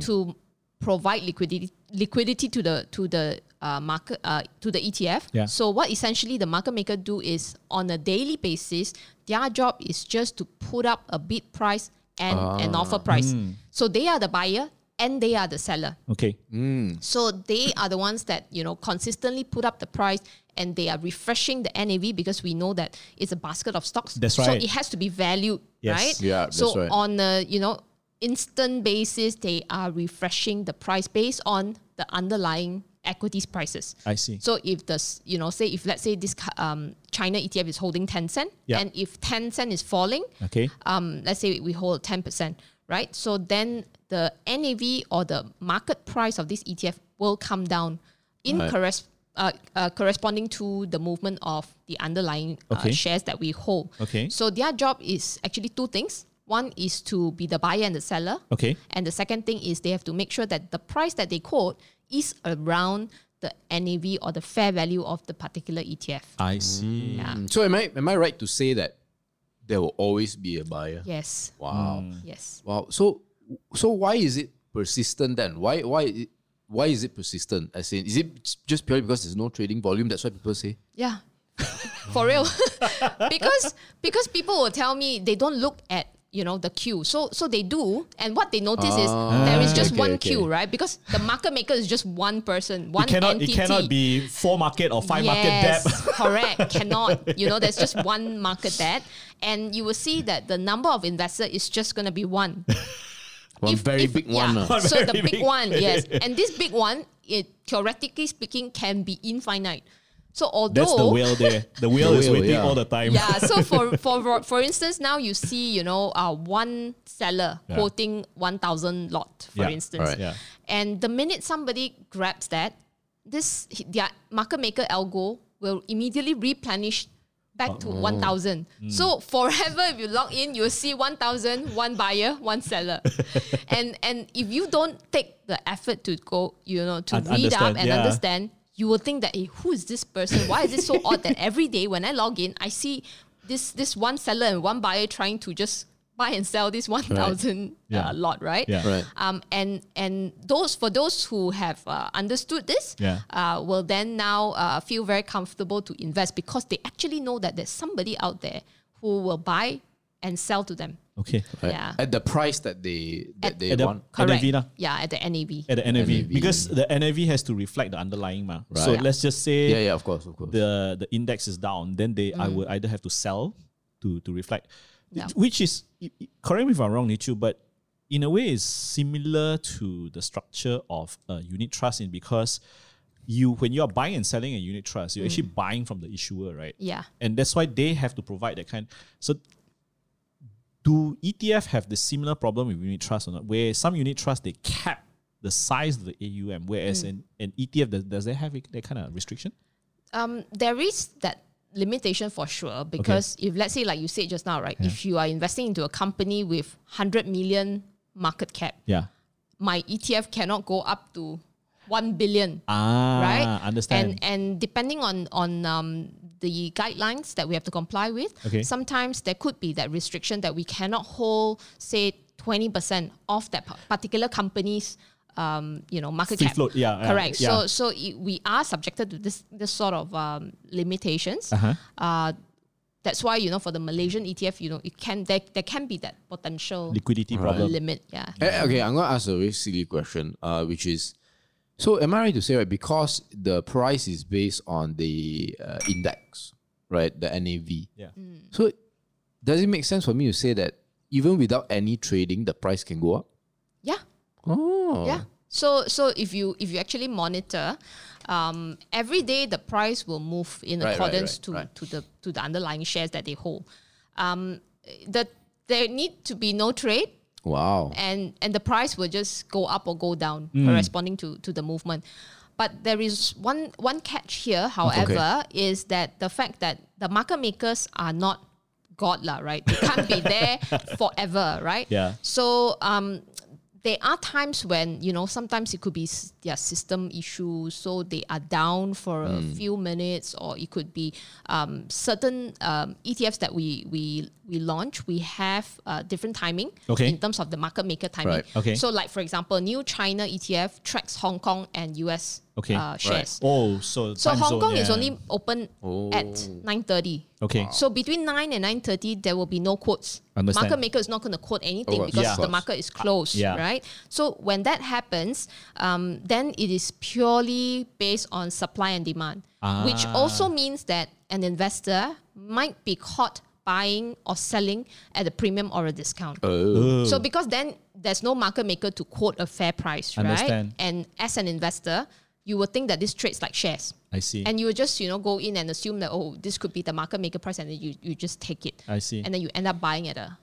Speaker 3: to provide liquidity liquidity to the to the uh, market uh, to the ETF.
Speaker 2: Yeah.
Speaker 3: So what essentially the market maker do is on a daily basis, their job is just to put up a bid price and an offer price. So they are the buyer and they are the seller.
Speaker 2: okay
Speaker 3: Mm.
Speaker 2: Mm.
Speaker 3: So they are the ones that you know consistently put up the price and they are refreshing the NAV because we know that it's a basket of stocks.
Speaker 2: That's
Speaker 3: So
Speaker 2: right.
Speaker 3: it has to be valued,
Speaker 2: Yes.
Speaker 3: right?
Speaker 1: Yeah, that's
Speaker 3: So
Speaker 1: right.
Speaker 3: on a you know instant basis, they are refreshing the price based on the underlying equities prices.
Speaker 2: I see
Speaker 3: So if the s- you know say if let's say this ca- um, China ETF is holding ten cent,
Speaker 2: Yeah.
Speaker 3: and if ten cent is falling,
Speaker 2: okay
Speaker 3: um, let's say we hold 10%, right? So then the NAV or the market price of this ETF will come down in
Speaker 1: Right.
Speaker 3: corres- uh, uh, corresponding to the movement of the underlying uh,
Speaker 2: Okay.
Speaker 3: shares that we hold.
Speaker 2: Okay.
Speaker 3: So their job is actually two things. One is to be the buyer and the seller.
Speaker 2: okay
Speaker 3: And the second thing is they have to make sure that the price that they quote is around the NAV or the fair value of the particular ETF.
Speaker 2: I see.
Speaker 3: Yeah.
Speaker 1: So am I am I right to say that there will always be a buyer?
Speaker 3: Yes.
Speaker 1: Wow.
Speaker 3: Yes.
Speaker 1: Wow. So so why is it persistent then? Why why it- why is it persistent? I say is it just purely because there's no trading volume? That's why people say.
Speaker 3: Yeah. For real. because because people will tell me they don't look at you know the queue. So so they do and what they notice is
Speaker 2: Ah.
Speaker 3: there is just
Speaker 1: okay,
Speaker 3: one
Speaker 1: okay.
Speaker 3: queue, right? Because the market maker is just one person, one
Speaker 2: It cannot it
Speaker 3: entity.
Speaker 2: cannot be four market or five market debt.
Speaker 3: correct. Cannot. You know, there's just one market debt. And you will see that the number of investor is just going to be one.
Speaker 1: One
Speaker 3: If-
Speaker 1: very
Speaker 3: if-
Speaker 1: big
Speaker 3: yeah,
Speaker 1: one. ah.
Speaker 2: One
Speaker 3: So the
Speaker 2: very
Speaker 3: big,
Speaker 2: big-
Speaker 3: one, yes. And this big one, it theoretically speaking, can be infinite. So although
Speaker 2: That's the whale there. The whale is
Speaker 1: whale,
Speaker 2: waiting
Speaker 1: yeah.
Speaker 2: all the time.
Speaker 3: yeah so for for for instance now you see you know uh, one seller
Speaker 2: Yeah.
Speaker 3: quoting 1000 lot for
Speaker 2: Yeah,
Speaker 3: instance
Speaker 1: alright.
Speaker 2: Yeah.
Speaker 3: and the minute somebody grabs that this their market maker algo will immediately replenish back to
Speaker 2: Oh.
Speaker 3: 1000
Speaker 2: Hmm.
Speaker 3: so forever if you log in you'll see 1000 one buyer one seller and and if you don't take the effort to go you know to
Speaker 2: Un-
Speaker 3: read up
Speaker 2: understand,
Speaker 3: and
Speaker 2: yeah.
Speaker 3: understand you will think that hey, who is this person why is it so odd that every day when i log in i see this this one seller and one buyer trying to just buy and sell this 1000
Speaker 2: Yeah.
Speaker 3: uh, lot right
Speaker 2: Yeah.
Speaker 1: Right.
Speaker 3: um, and and those for those who have uh, understood this
Speaker 2: Yeah.
Speaker 3: uh, will then now uh, feel very comfortable to invest because they actually know that there's somebody out there who will buy and sell to them
Speaker 2: Okay.
Speaker 1: Right.
Speaker 3: Yeah.
Speaker 1: At the price that they that they
Speaker 2: At the,
Speaker 1: want.
Speaker 2: at the
Speaker 3: correct
Speaker 2: Vina.
Speaker 3: yeah at the NAV
Speaker 2: At the NAV.
Speaker 1: NAV.
Speaker 2: Because the NAV has to reflect the underlying ma. So
Speaker 1: Right.
Speaker 2: let's just say
Speaker 1: yeah, yeah, of course, of course.
Speaker 2: the the index is down, then they I would either have to sell to to reflect,
Speaker 3: Mm. Yeah.
Speaker 2: which is i- i- correct me if I'm wrong, Nichu, but in a way is similar to the structure of a unit trust in because you when you are buying and selling a unit trust, you're actually buying from the issuer, right?
Speaker 3: Mm. yeah
Speaker 2: And that's why they have to provide that kind. So do ETF have the similar problem with unit trust or not? Where some unit trust they cap the size of the AUM, whereas
Speaker 3: Mm.
Speaker 2: an, an ETF does, does they have it- that kind of restriction?
Speaker 3: um, there is that limitation for sure because if let's say like you said just now right if you are investing into a company with 100 million market cap
Speaker 2: Yeah.
Speaker 3: my ETF cannot go up to 1 billion
Speaker 2: Ah,
Speaker 3: right?
Speaker 2: Understand.
Speaker 3: And and depending on on um, the guidelines that we have to comply with,
Speaker 2: Okay.
Speaker 3: sometimes there could be that restriction that we cannot hold, say, twenty percent of that pa- particular company's. Um, you know, market
Speaker 2: Free
Speaker 3: cap.
Speaker 2: float, yeah, yeah,
Speaker 3: correct.
Speaker 2: yeah.
Speaker 3: So, so i- we are subjected to this this sort of um, limitations.
Speaker 2: Uh-huh.
Speaker 3: Uh, that's why you know for the Malaysian ETF, you know, it can there, there can be that potential
Speaker 2: Liquidity problem.
Speaker 3: limit. Yeah.
Speaker 1: Eh, Okay, I'm gonna ask a very silly question, uh, which is, so am I right to say right because the price is based on the uh, index, right? The NAV.
Speaker 2: Yeah.
Speaker 3: Mm.
Speaker 1: So does it make sense for me to say that even without any trading, the price can go up?
Speaker 3: Yeah.
Speaker 1: Oh,
Speaker 3: Yeah. So so if you if you actually monitor, um, every day the price will move in
Speaker 1: Right, right,
Speaker 3: accordance
Speaker 1: right,
Speaker 3: to
Speaker 1: right.
Speaker 3: to the to the underlying shares that they hold. Um, the there need to be no trade
Speaker 1: Wow.
Speaker 3: and and the price will just go up or go down
Speaker 1: Mm.
Speaker 3: corresponding to to the movement but there is one one catch here however is that the fact that the market makers are not god lah, right they can't be there forever right
Speaker 2: Yeah.
Speaker 3: so um there are times when you know sometimes it could be s- their system issues so they are down for a
Speaker 2: Hmm.
Speaker 3: few minutes or it could be um, certain um, etfs that we we we launch we have uh, different timing
Speaker 2: Okay.
Speaker 3: in terms of the market maker timing
Speaker 1: Right.
Speaker 2: Okay.
Speaker 3: so like for example new china etf tracks hong kong and us
Speaker 2: Okay.
Speaker 3: uh, shares
Speaker 2: Oh, so
Speaker 3: so
Speaker 2: time
Speaker 3: hong
Speaker 2: zone,
Speaker 3: kong is
Speaker 2: yeah. Oh.
Speaker 3: only open at 9.30
Speaker 2: okay.
Speaker 3: so between 9 and 9.30, there will be no quotes.
Speaker 2: Understand.
Speaker 3: Market maker is not going to quote anything
Speaker 1: Oh,
Speaker 3: because
Speaker 2: yeah.
Speaker 3: the market is closed,
Speaker 2: Yeah.
Speaker 3: right? So when that happens, um, then it is purely based on supply and demand, which
Speaker 2: Ah.
Speaker 3: also means that an investor might be caught buying or selling at a premium or a discount.
Speaker 2: Oh.
Speaker 3: So because then there's no market maker to quote a fair price,
Speaker 2: Understand.
Speaker 3: right? And as an investor, you will think that this trades like shares.
Speaker 2: I see.
Speaker 3: And you would just, you know, go in and assume that, oh, this could be the market maker price, and then you, you just take it.
Speaker 2: I see.
Speaker 3: And then you end up buying at a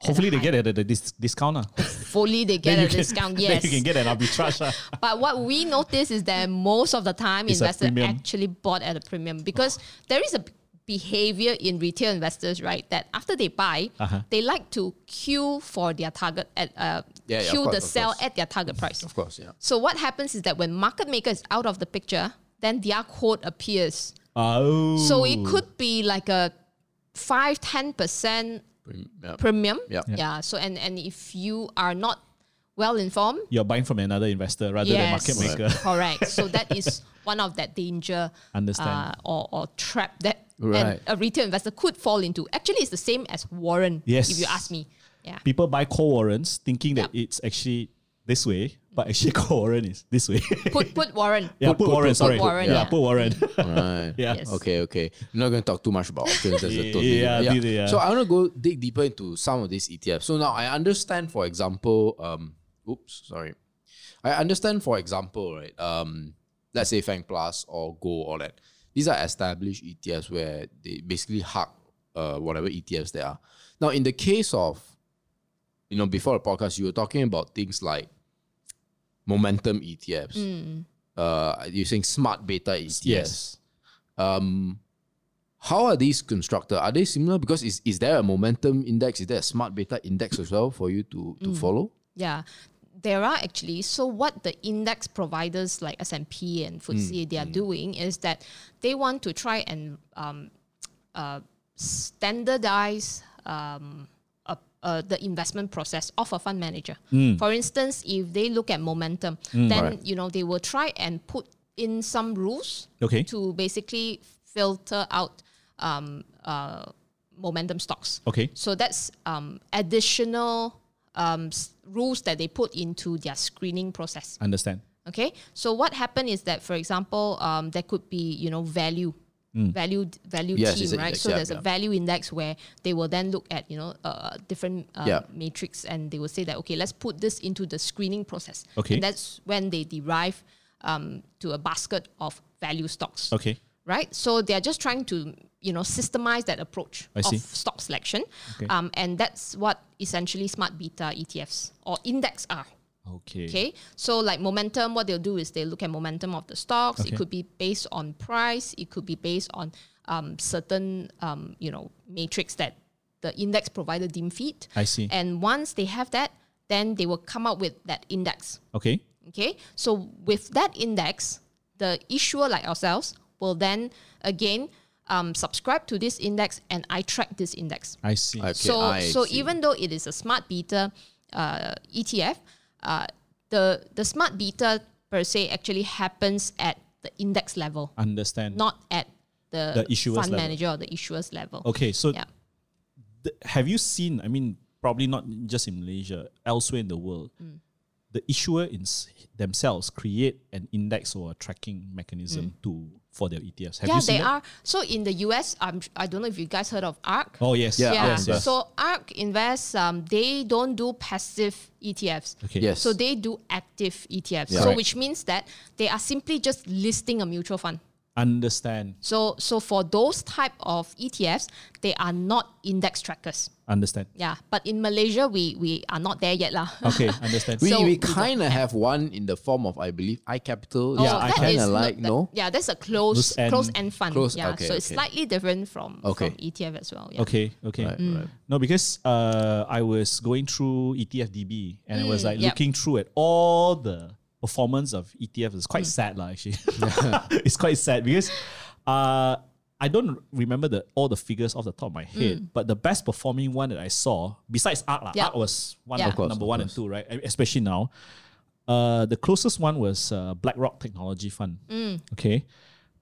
Speaker 2: Hopefully they get a, the dis- discount. ah.
Speaker 3: fully they
Speaker 2: Then
Speaker 3: get
Speaker 2: you
Speaker 3: a
Speaker 2: can-
Speaker 3: discount.
Speaker 2: then
Speaker 3: Yes.
Speaker 2: you can get an arbitrage. ah.
Speaker 3: But what we notice is that most of the time
Speaker 2: It's a
Speaker 3: investors
Speaker 2: premium.
Speaker 3: actually bought at a premium because there is a b- behavior in retail
Speaker 2: Uh-huh.
Speaker 3: investors, right? That after they buy, they like to queue for their target at uh,
Speaker 1: Yeah, yeah, of
Speaker 3: kill the
Speaker 1: course, of
Speaker 3: sell
Speaker 1: course.
Speaker 3: at their target price.
Speaker 1: Of course, yeah.
Speaker 3: So what happens is that when market maker is out of the picture, then their quote appears.
Speaker 2: Oh.
Speaker 3: So it could be like a 5 10%
Speaker 1: Prem- yeah.
Speaker 3: premium.
Speaker 1: Yeah. Yeah.
Speaker 3: Yeah. So and and if you are not well informed,
Speaker 2: You're buying from another investor rather
Speaker 3: yes,
Speaker 2: than market maker.
Speaker 3: correct. So that is one of that danger
Speaker 2: Understand.
Speaker 3: uh, or, or trap that
Speaker 1: Right.
Speaker 3: and a retail investor could fall into. Actually, it's the same as warrant.
Speaker 2: Yes.
Speaker 3: If you ask me, yeah.
Speaker 2: People buy call warrants thinking that
Speaker 3: Yep.
Speaker 2: it's actually this way, but actually call warrant is this way.
Speaker 3: Put put warrant.
Speaker 2: yeah, put,
Speaker 1: put-
Speaker 2: warrant.
Speaker 1: put-
Speaker 2: sorry,
Speaker 3: put warrant,
Speaker 2: yeah,
Speaker 3: yeah.
Speaker 2: put warrant.
Speaker 1: Right.
Speaker 2: yeah.
Speaker 3: Yes.
Speaker 1: Okay, okay. I'm not going to talk too much about options. That's a totally
Speaker 2: Yeah,
Speaker 1: different-
Speaker 2: did it, yeah.
Speaker 1: So I want to go dig deeper into some of these ETFs. So now I understand, for example, um, oops, sorry. I understand, for example, right, um, let's say Fang Plus or Go or that. These are established ETFs where they basically hug uh, whatever ETFs there are. Now, in the case of, you know, before the podcast, you were talking about things like momentum ETFs. Uh, you're saying smart beta E ETFs
Speaker 2: Yes.
Speaker 1: um, how are these constructed? Are they similar? Because is, is there a momentum index? Is there a smart beta index as well for you to,
Speaker 3: Mm.
Speaker 1: to follow?
Speaker 3: Yeah, there are actually. So what the index providers like S and P and FTSE they are doing is that they want to try and um, uh, standardize um, a, uh, the investment process of a fund manager. For instance, if they look at momentum, then
Speaker 1: Right.
Speaker 3: you know they will try and put in some rules
Speaker 2: Okay.
Speaker 3: to basically filter out um, uh, momentum stocks.
Speaker 2: Okay.
Speaker 3: So that's um, additional um, s- rules that they put into their screening process.
Speaker 2: Understand.
Speaker 3: Okay. So what happened is that, for example, um, there could be you know value. Value value
Speaker 1: Mm. Yes,
Speaker 3: team
Speaker 1: it's an
Speaker 3: right
Speaker 1: index,
Speaker 3: so
Speaker 1: yeah,
Speaker 3: there's
Speaker 1: yeah.
Speaker 3: a value index where they will then look at you know uh, different uh,
Speaker 1: Yeah.
Speaker 3: matrix and they will say that okay let's put this into the screening process
Speaker 2: Okay.
Speaker 3: and that's when they derive um, to a basket of value stocks
Speaker 2: Okay.
Speaker 3: right? So they're just trying to, you know, systemize that approach
Speaker 2: I
Speaker 3: of
Speaker 2: see.
Speaker 3: stock selection.
Speaker 2: Okay.
Speaker 3: Um, and that's what essentially smart beta ETFs or index are.
Speaker 2: Okay.
Speaker 3: Okay. So like momentum, what they'll do is they look at momentum of the stocks.
Speaker 2: Okay.
Speaker 3: It could be based on price, it could be based on um, certain um, you know, matrix that the index provider deem fit.
Speaker 2: I see.
Speaker 3: And once they have that, then they will come up with that index.
Speaker 2: Okay.
Speaker 3: Okay, so with that index, the issuer like ourselves will then again um, subscribe to this index and I track this index.
Speaker 2: I see.
Speaker 1: Okay,
Speaker 3: so
Speaker 1: I
Speaker 3: so
Speaker 1: see.
Speaker 3: even though it is a smart beta uh, ETF, uh, the the smart beta per se actually happens at the index level,
Speaker 2: Understand.
Speaker 3: not at the,
Speaker 2: The issuer's
Speaker 3: fund
Speaker 2: level.
Speaker 3: manager or the issuer's level.
Speaker 2: okay. So
Speaker 3: Yeah.
Speaker 2: th- have you seen? I mean, probably not just in Malaysia, elsewhere in the world,
Speaker 3: Mm.
Speaker 2: the issuer in s- themselves create an index or a tracking mechanism to for their ETFs. Have
Speaker 3: Mm. yeah,
Speaker 2: you seen
Speaker 3: they
Speaker 2: that?
Speaker 3: are. So in the US, I'm, I don't know if you guys heard of ARC.
Speaker 2: Oh yes.
Speaker 1: Yeah,
Speaker 3: Yeah.
Speaker 1: yes, yes.
Speaker 3: So ARK Invest, um, they don't do passive ETFs.
Speaker 2: okay.
Speaker 1: Yes.
Speaker 3: So they do active ETFs.
Speaker 1: Yeah.
Speaker 3: So
Speaker 1: Correct.
Speaker 3: which means that they are simply just listing a mutual fund.
Speaker 2: Understand.
Speaker 3: So so for those type of ETFs, they are not index trackers.
Speaker 2: Understand.
Speaker 3: Yeah. But in Malaysia, we we are not there yet, lah.
Speaker 2: Okay. Understand.
Speaker 1: We,
Speaker 3: So
Speaker 1: we
Speaker 3: we don't
Speaker 1: kind of have one in the form of, I believe, iCapital.
Speaker 2: Yeah,
Speaker 3: Oh,
Speaker 2: I
Speaker 3: that
Speaker 1: kind
Speaker 3: is
Speaker 1: of
Speaker 3: not-
Speaker 1: like,
Speaker 3: that-
Speaker 1: no?
Speaker 3: Yeah, that's a close
Speaker 2: Close-end-
Speaker 3: close end fund.
Speaker 1: Close-
Speaker 3: yeah,
Speaker 1: okay,
Speaker 3: so it's
Speaker 1: okay.
Speaker 3: slightly different from,
Speaker 1: Okay.
Speaker 3: from ETF as well. Yeah.
Speaker 2: Okay, okay.
Speaker 1: Right, right.
Speaker 2: No, because uh, I was going through E ETF DB and I was like
Speaker 3: yep.
Speaker 2: looking through at all the performance of E ETFs. It's quite sad, lah. Actually, it's quite sad because uh, I don't remember the all the figures off the top of my head. But the best performing one that I saw, besides ARC, lah,
Speaker 3: Yeah.
Speaker 2: ARC was one
Speaker 3: Yeah.
Speaker 2: of
Speaker 3: Of
Speaker 1: course,
Speaker 2: number
Speaker 1: of
Speaker 2: one and two, right? And Especially now. Uh, the closest one was uh, BlackRock Technology Fund.
Speaker 1: Mm.
Speaker 2: Okay.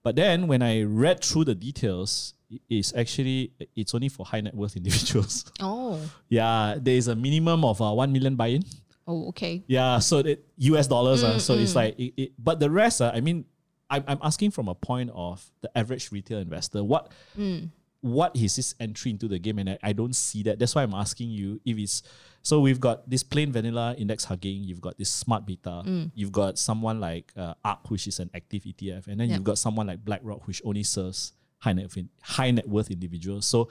Speaker 2: But then when I read through the details, i- it's actually it's only for high net worth individuals.
Speaker 3: Oh.
Speaker 2: yeah, there is a minimum of uh, one million buy-in.
Speaker 3: Oh, okay.
Speaker 2: Yeah, so that US dollars.
Speaker 1: Mm,
Speaker 2: ah, so it's like it, it- but the rest. ah, I mean, I'm, I'm asking from a point of the average retail investor. What
Speaker 1: Mm.
Speaker 2: what is his entry into the game? And I, I don't see that. That's why I'm asking you if it's so. We've got this plain vanilla index hugging. You've got this smart beta.
Speaker 3: Mm.
Speaker 2: You've got someone like uh, ARC, which is an active ETF, and then
Speaker 3: Yeah.
Speaker 2: you've got someone like BlackRock, which only serves high net fin- high net worth individuals. So.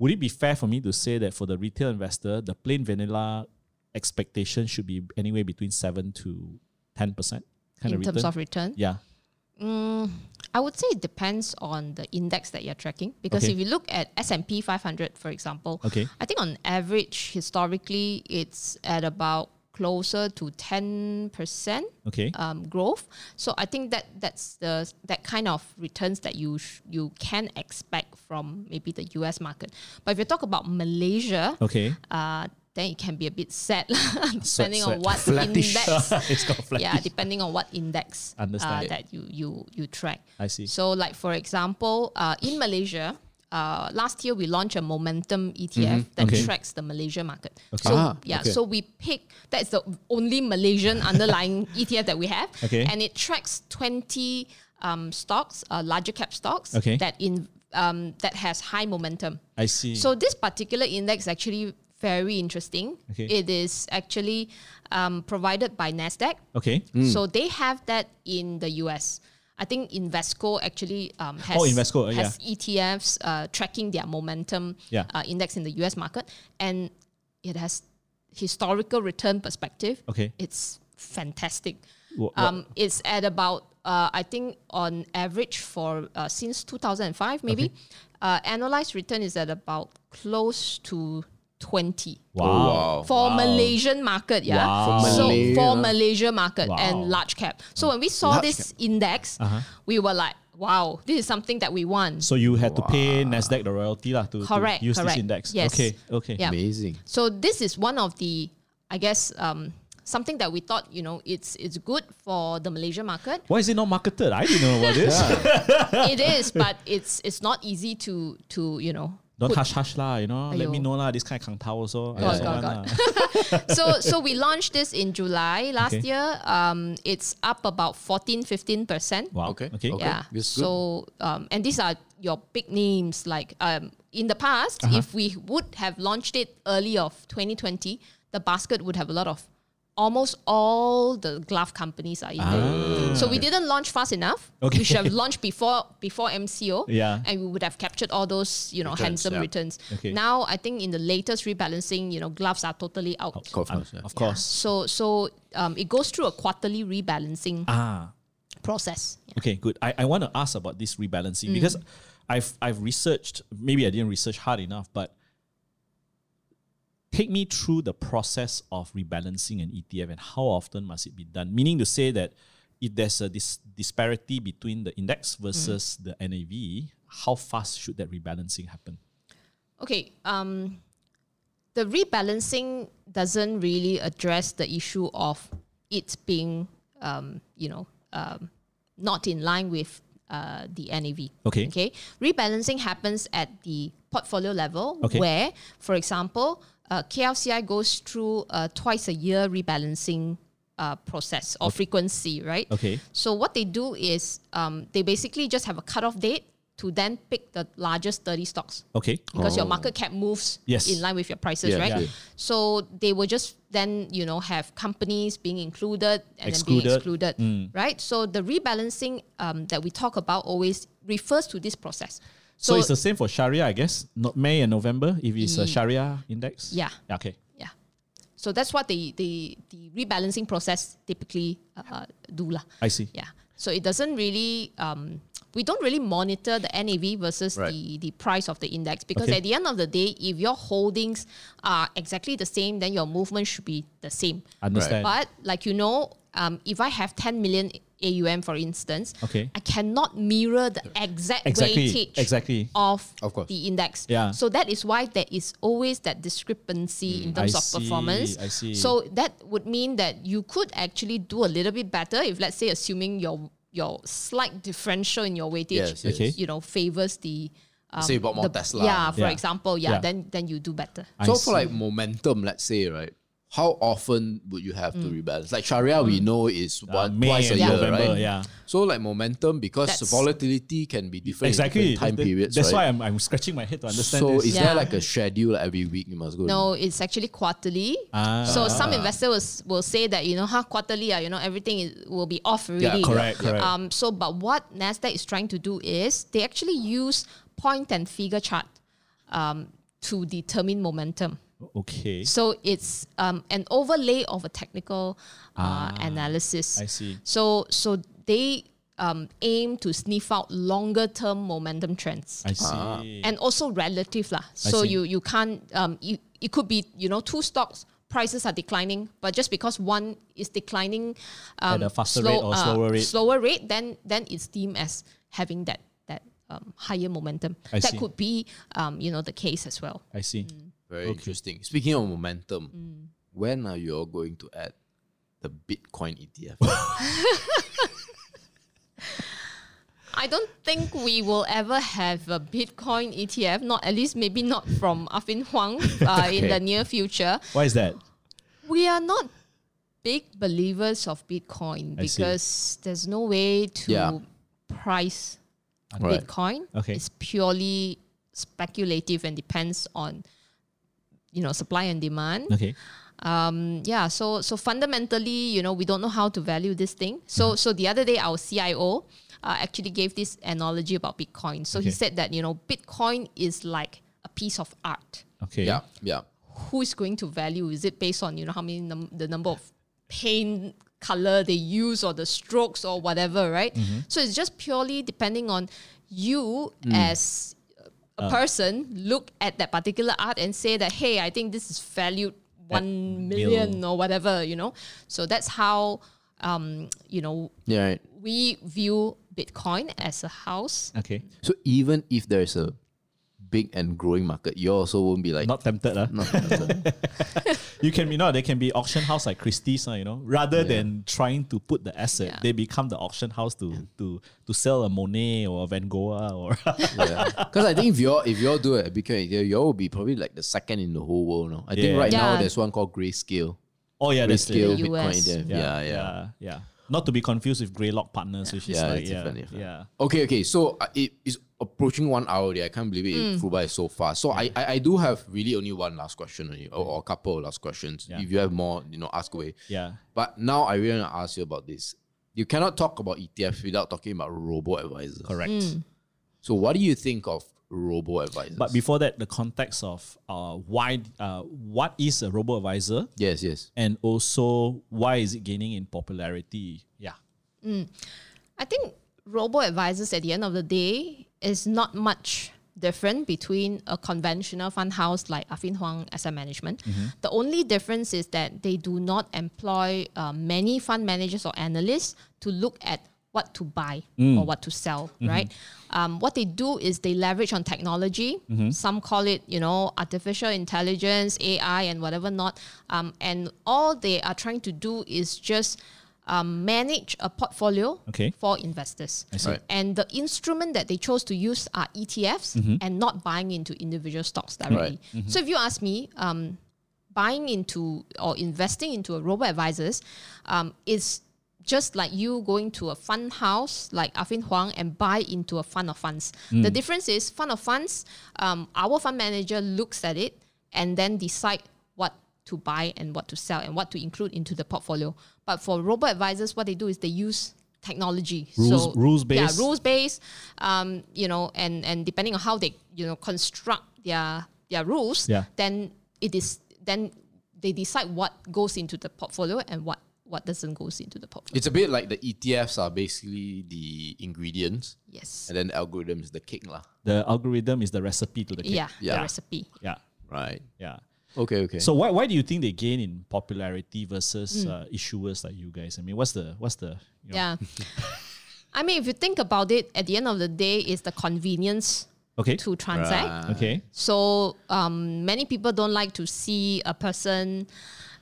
Speaker 2: Would it be fair for me to say that for the retail investor, the plain vanilla expectation should be anywhere between seven to ten percent kind
Speaker 3: In
Speaker 2: of
Speaker 3: terms
Speaker 2: return?
Speaker 3: of return.
Speaker 2: yeah.
Speaker 3: I would say it depends on the index that you're tracking because
Speaker 2: Okay.
Speaker 3: if you look at S&P 500 for example
Speaker 2: Okay.
Speaker 3: I think on average historically it's at about closer to 10%
Speaker 2: Okay.
Speaker 3: um, growth. So I think that that's the that kind of returns that you sh- you can expect from maybe the US market. But if you talk about Malaysia,
Speaker 2: okay.
Speaker 3: uh, then it can be a bit sad, lah, depending
Speaker 2: Oh. sad.
Speaker 3: on what
Speaker 1: Flattish.
Speaker 3: index.
Speaker 2: it's got flat.
Speaker 3: yeah, depending on what index uh,
Speaker 2: Understand.
Speaker 3: that you you you track.
Speaker 2: I see.
Speaker 3: So, like for example, uh, in Malaysia, uh, last year we launched a momentum ETF
Speaker 2: Mm-hmm.
Speaker 3: that
Speaker 2: Okay.
Speaker 3: tracks the Malaysia market.
Speaker 2: Okay.
Speaker 1: Ah,
Speaker 3: So yeah,
Speaker 1: okay.
Speaker 3: so we pick that's the only Malaysian underlying ETF that we have,
Speaker 2: Okay.
Speaker 3: and it tracks twenty um, stocks, uh, larger cap stocks
Speaker 2: Okay.
Speaker 3: that in um, that has high momentum.
Speaker 2: I see.
Speaker 3: So this particular index actually very interesting.
Speaker 2: Okay.
Speaker 3: It is actually um, provided by Nasdaq,
Speaker 2: okay.
Speaker 3: so they have that in the US. I think Investco actually um, has,
Speaker 2: Oh, Invesco, uh,
Speaker 3: has ETFs uh, tracking their momentum
Speaker 2: Yeah.
Speaker 3: uh, index in the US market, and it has historical return perspective.
Speaker 2: Okay.
Speaker 3: it's fantastic.
Speaker 2: Wha- wha-
Speaker 3: Um, it's at about uh, I think on average for uh, since 2005 maybe uh, annualized return is at about close to 20
Speaker 2: Oh, wow.
Speaker 1: Oh, wow.
Speaker 3: for Malaysian market, yeah.
Speaker 2: Wow.
Speaker 1: For
Speaker 3: So
Speaker 1: Malaysia.
Speaker 3: for Malaysia market
Speaker 2: Wow. Uh-huh.
Speaker 3: and large cap. So when we saw
Speaker 1: Large
Speaker 3: this index, we were like, wow, this is something that we want.
Speaker 2: So you had to pay Nasdaq the royalty lah to, to
Speaker 3: Correct,
Speaker 2: use this
Speaker 3: correct.
Speaker 2: index.
Speaker 3: Yes.
Speaker 2: Okay. Okay.
Speaker 3: Yeah.
Speaker 1: Amazing.
Speaker 3: So this is one of the, I guess, um, something that we thought, you know, it's it's good for the Malaysia market.
Speaker 2: Why is it not marketed? I didn't know about this.
Speaker 3: it is, but it's it's not easy to to you know.
Speaker 2: Don't
Speaker 3: put
Speaker 2: hush hush lah, you know. Let me
Speaker 3: Aiyo.
Speaker 2: know lah. This kind of kang tao also. I
Speaker 3: God,
Speaker 2: also
Speaker 3: God,
Speaker 2: want
Speaker 3: God.
Speaker 2: lah.
Speaker 3: so so we launched this in July last
Speaker 2: Okay.
Speaker 3: year. Um, it's up about 14, 15 percent.
Speaker 2: Wow.
Speaker 1: Okay. Okay.
Speaker 2: Okay.
Speaker 3: Yeah.
Speaker 1: this is good.
Speaker 3: So, um, and these are your big names. Like um, in the past,
Speaker 1: Uh-huh.
Speaker 3: if we would have launched it early of 2020, the basket would have a lot of almost all the glove companies are in
Speaker 1: Ah.
Speaker 3: there. So we didn't launch fast enough.
Speaker 2: Okay.
Speaker 3: We should have launched before before MCO.
Speaker 2: Yeah.
Speaker 3: And we would have captured all those, you know,
Speaker 1: Returns,
Speaker 3: handsome
Speaker 1: yeah.
Speaker 3: returns.
Speaker 2: Okay.
Speaker 3: Now I think in the latest rebalancing, you know, gloves are totally out.
Speaker 1: Of course, yeah.
Speaker 2: Of course.
Speaker 3: So so um, it goes through a quarterly rebalancing
Speaker 2: Ah.
Speaker 3: process.
Speaker 2: Okay, good. I, I want to ask about this rebalancing
Speaker 3: Mm.
Speaker 2: because I've I've researched, maybe I didn't research hard enough, but take me through the process of rebalancing an ETF and how often must it be done? Meaning to say that if there's a dis- disparity between the index versus
Speaker 3: Mm.
Speaker 2: the NAV, how fast should that rebalancing happen?
Speaker 3: Okay. Um, the rebalancing doesn't really address the issue of it being, um, you know, um, not in line with uh, the NAV.
Speaker 2: Okay.
Speaker 3: Okay. Rebalancing happens at the portfolio level,
Speaker 2: Okay.
Speaker 3: where, for example, uh, KLCI goes through a twice a year rebalancing uh, process or frequency, right?
Speaker 2: Okay.
Speaker 3: So what they do is um, they basically just have a cutoff date to then pick the largest 30 stocks
Speaker 2: Okay.
Speaker 3: because your market cap moves
Speaker 2: Oh. Yes.
Speaker 3: in line with your prices,
Speaker 1: Yeah,
Speaker 3: right?
Speaker 1: yeah.
Speaker 3: So they will just then you know have companies being included and then
Speaker 2: Excluded. Mm.
Speaker 3: being excluded, right? So the rebalancing um, that we talk about always refers to this process.
Speaker 2: So, it's the same for Sharia, I guess. Not May and November if it's a
Speaker 3: Ye-
Speaker 2: Sharia index.
Speaker 3: Mm. Yeah.
Speaker 2: Okay.
Speaker 3: yeah, so that's what the the the rebalancing process typically uh, do lah.
Speaker 2: I see.
Speaker 3: Yeah. So it doesn't really, um, we don't really monitor the NAV versus
Speaker 1: Right.
Speaker 3: the, the price of the index because
Speaker 2: Okay.
Speaker 3: at the end of the day, if your holdings are exactly the same, then your movement should be the same.
Speaker 2: Understand.
Speaker 3: But like you know, um, if I have 10 million AUM, for instance,
Speaker 2: Okay.
Speaker 3: I cannot mirror the exact
Speaker 2: Exactly.
Speaker 3: weightage
Speaker 2: Exactly.
Speaker 3: of,
Speaker 1: Of course.
Speaker 3: the index.
Speaker 2: Yeah. Mm,
Speaker 3: So that is why there is always that discrepancy in terms
Speaker 2: I
Speaker 3: of performance.
Speaker 2: see, I see.
Speaker 3: So that would mean that you could actually do a little bit better if, let's say, assuming your your slight differential in your weightage,
Speaker 1: Yes, yes.
Speaker 2: Okay.
Speaker 3: you know, favors the. Um,
Speaker 1: Say you bought more
Speaker 3: the-
Speaker 1: Tesla.
Speaker 3: Yeah, for
Speaker 2: Yeah.
Speaker 3: example, yeah,
Speaker 2: Yeah.
Speaker 3: then then you do better.
Speaker 2: I
Speaker 1: So
Speaker 2: see.
Speaker 1: for like momentum, let's say, right? How often would you have to
Speaker 3: Mm.
Speaker 1: rebalance? Like Sharia, we know is
Speaker 2: Uh,
Speaker 1: one,
Speaker 2: May
Speaker 1: twice a
Speaker 2: and
Speaker 1: year, right?
Speaker 2: November. Yeah.
Speaker 1: So like momentum, because
Speaker 3: That's-
Speaker 1: volatility can be different
Speaker 2: exactly
Speaker 1: in different time
Speaker 2: That-
Speaker 1: periods.
Speaker 2: That's
Speaker 1: right?
Speaker 2: why I'm, I'm scratching my head to understand
Speaker 1: So is
Speaker 2: this.
Speaker 3: Yeah.
Speaker 1: there like a schedule like every week you must go?
Speaker 3: No, it's actually quarterly.
Speaker 2: Ah.
Speaker 3: So some investors will, will say that you know, huh, quarterly, ah, you know, everything is, will be off already.
Speaker 2: correct, correct.
Speaker 3: Um, so, but what Nasdaq is trying to do is they actually use point and figure chart um, to determine momentum.
Speaker 2: okay,
Speaker 3: So it's um, an overlay of a technical uh, analysis.
Speaker 2: Ah, I see.
Speaker 3: So so they um, aim to sniff out longer term momentum trends
Speaker 2: I see.
Speaker 1: Ah.
Speaker 3: and also relative lah. So
Speaker 2: see.
Speaker 3: you you can't um you, it could be you know two stocks prices are declining, but just because one is declining um,
Speaker 2: a faster rate or slower rate.
Speaker 3: slower rate, then then it's deemed as having that that um, higher momentum.
Speaker 2: I
Speaker 3: that
Speaker 2: see.
Speaker 3: could be um, you know the case as well.
Speaker 2: I see.
Speaker 3: Mm.
Speaker 1: Very interesting. Speaking of momentum, when are you all going to add the Bitcoin E ETF?
Speaker 3: I don't think we will ever have a Bitcoin ETF. Not at least maybe not from Afin Huang uh, in the
Speaker 1: Okay.
Speaker 3: near future.
Speaker 2: Why is that?
Speaker 3: we are not big believers of Bitcoin
Speaker 2: I see.
Speaker 3: because there's no way to
Speaker 1: Yeah.
Speaker 3: price
Speaker 1: Right.
Speaker 3: Bitcoin.
Speaker 2: Okay.
Speaker 3: It's purely speculative and depends on you know supply and demand.
Speaker 2: Okay.
Speaker 3: Um, yeah, so so fundamentally, you know, we don't know how to value this thing.
Speaker 2: Mm-hmm.
Speaker 3: So so the other day, our CIO uh, actually gave this analogy about Bitcoin. So he
Speaker 2: Okay.
Speaker 3: said that you know Bitcoin is like a piece of art
Speaker 2: Okay.
Speaker 1: yeah, yeah.
Speaker 3: who is going to value? Is it based on you know how many num- the number of paint color they use or the strokes or whatever, right? So it's just purely depending on you as a person look at that particular art and say that hey, I think this is valued one million
Speaker 2: mil.
Speaker 3: or whatever, you know. So that's how um, you know
Speaker 1: Yeah, right.
Speaker 3: we view Bitcoin as a house.
Speaker 2: Okay.
Speaker 1: So even if there's a big and growing market, you also won't be like
Speaker 2: Not tempted, uh.
Speaker 1: not tempted.
Speaker 2: You can be no. They can be auction house like Christie's, uh, you know. Rather than trying to put the asset,
Speaker 3: Yeah.
Speaker 2: they become the auction house to to to sell a Monet or a Van Gogh uh, or
Speaker 1: Because I think if you all if you all do it, Bitcoin ETF, you all will be probably like the second in the whole world. No, I
Speaker 2: Yeah.
Speaker 1: think right now
Speaker 3: Yeah.
Speaker 1: there's one called Grayscale.
Speaker 2: oh yeah, that's
Speaker 1: Grayscale
Speaker 2: it.
Speaker 3: the
Speaker 1: Bitcoin
Speaker 3: US.
Speaker 1: ETF. Yeah, yeah.
Speaker 2: yeah, yeah. Not to be confused with Greylock Partners, which is
Speaker 1: Yeah,
Speaker 2: like
Speaker 1: it's
Speaker 2: yeah,
Speaker 1: different, different.
Speaker 2: yeah.
Speaker 1: Okay, okay. So uh, it is approaching one hour. already. I can't believe it. flew by so fast. So I, I, I do have really only one last question only, or, or a couple of last questions.
Speaker 2: Yeah.
Speaker 1: If you have more, you know, ask away.
Speaker 2: Yeah.
Speaker 1: But now I really want to ask you about this. You cannot talk about ETFs without talking about robo advisors.
Speaker 2: Correct.
Speaker 3: Mm.
Speaker 1: So what do you think of robo advisors?
Speaker 2: But before that, the context of uh, why, uh, what is a robo advisor,
Speaker 1: yes, yes.
Speaker 2: and also why is it gaining in popularity? Yeah,
Speaker 3: I think robo advisors at the end of the day is not much different between a conventional fund house like Afin Huang Asset Management. The only difference is that they do not employ uh, many fund managers or analysts to look at what to buy or what to sell, right? Um, what they do is they leverage on technology. Some call it, you know, artificial intelligence, AI, and whatever not. Um, and all they are trying to do is just um, manage a portfolio
Speaker 2: Okay.
Speaker 3: for investors.
Speaker 1: see. Right.
Speaker 3: And the instrument that they chose to use are ETFs and not buying into individual stocks directly. So if you ask me, um, buying into or investing into a robo advisors um, is just like you going to a fund house like Afin Huang and buy into a fund of funds.
Speaker 2: Hmm.
Speaker 3: The difference is fund of funds, um, our fund manager looks at it and then decide what to buy and what to sell and what to include into the portfolio. But for robo advisors, what they do is they use technology.
Speaker 2: Rules- rules-based.
Speaker 3: Yeah, rules based. Um, you know, and and depending on how they you know construct their their rules,
Speaker 2: Yeah.
Speaker 3: then it is then they decide what goes into the portfolio and what what doesn't goes into the portfolio.
Speaker 1: It's a bit like the ETFs are basically the ingredients
Speaker 3: yes.
Speaker 1: and then the algorithm is the cake lah.
Speaker 2: the algorithm is the recipe to the cake.
Speaker 3: Yeah,
Speaker 1: Yeah.
Speaker 3: The recipe.
Speaker 2: yeah,
Speaker 1: Right.
Speaker 2: yeah.
Speaker 1: Okay, okay.
Speaker 2: So why why do you think they gain in popularity
Speaker 3: Hmm.
Speaker 2: versus uh, issuers like you guys? I mean, what's the what's the you know-
Speaker 3: Yeah. I mean, if you think about it, at the end of the day, is the convenience
Speaker 2: okay
Speaker 3: to transact.
Speaker 2: okay
Speaker 3: So um, many people don't like to see a person.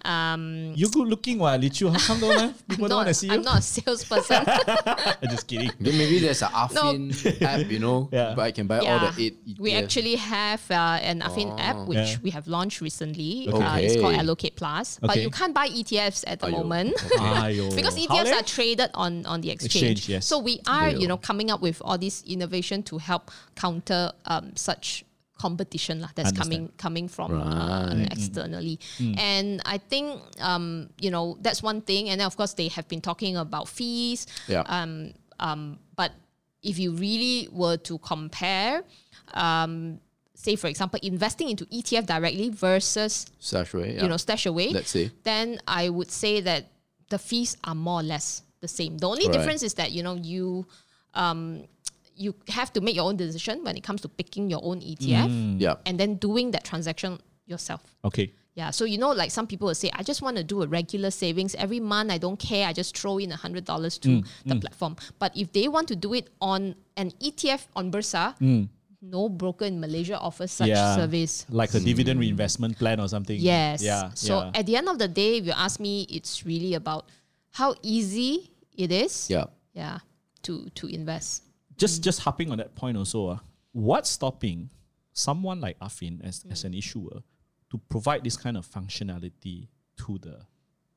Speaker 3: Um,
Speaker 2: you good looking one, Lichu. How come don't have people
Speaker 3: I'm
Speaker 2: don't want to
Speaker 3: not,
Speaker 2: see
Speaker 3: I'm
Speaker 2: you?
Speaker 3: not a salesperson.
Speaker 2: I'm just kidding.
Speaker 1: Then maybe there's an Afin app, you know,
Speaker 2: Yeah.
Speaker 1: but I can buy all the eight ETFs.
Speaker 3: We actually have uh, an Affin app which
Speaker 2: Yeah.
Speaker 3: we have launched recently. Uh, it's called
Speaker 1: Okay.
Speaker 3: Allocate Plus, but
Speaker 2: Okay.
Speaker 3: you can't buy ETFs at the
Speaker 1: Aiyo.
Speaker 3: moment.
Speaker 2: Aiyo.
Speaker 3: Because
Speaker 2: How eh?
Speaker 3: ETFs
Speaker 2: leh?
Speaker 3: are traded on, on the exchange.
Speaker 2: Exchange, yes.
Speaker 3: So we are,
Speaker 1: Aiyo.
Speaker 3: you know, coming up with all this innovation to help counter um, such competition lah that's
Speaker 2: Understand.
Speaker 3: coming coming from uh, externally. And I think um, you know, that's one thing. And then of course they have been talking about fees.
Speaker 1: Yeah.
Speaker 3: Um, um, but if you really were to compare, um, say for example, investing into ETF directly versus
Speaker 1: Sashway, yeah.
Speaker 3: you know stash away,
Speaker 1: Let's say.
Speaker 3: then I would say that the fees are more or less the same. The only
Speaker 1: Right.
Speaker 3: difference is that you know you um, you have to make your own decision when it comes to picking your own E ETF
Speaker 1: yeah.
Speaker 3: and then doing that transaction yourself.
Speaker 2: Okay,
Speaker 3: Yeah, so you know, like some people will say, I just want to do a regular savings every month. I don't care. I just throw in hundred dollars to
Speaker 1: Mm,
Speaker 3: the platform. But if they want to do it on an ETF on Bursa,
Speaker 1: Mm.
Speaker 3: no broker in Malaysia offers such
Speaker 2: Yeah.
Speaker 3: service.
Speaker 2: like a dividend reinvestment plan or something.
Speaker 3: Hmm. Yes.
Speaker 2: Yeah.
Speaker 3: So
Speaker 2: yeah.
Speaker 3: at the end of the day, if you ask me, it's really about how easy it is.
Speaker 1: Yeah.
Speaker 3: Yeah. To to invest.
Speaker 2: just just hopping on that point also, uh, what's stopping someone like Afin as, as an issuer to provide this kind of functionality to the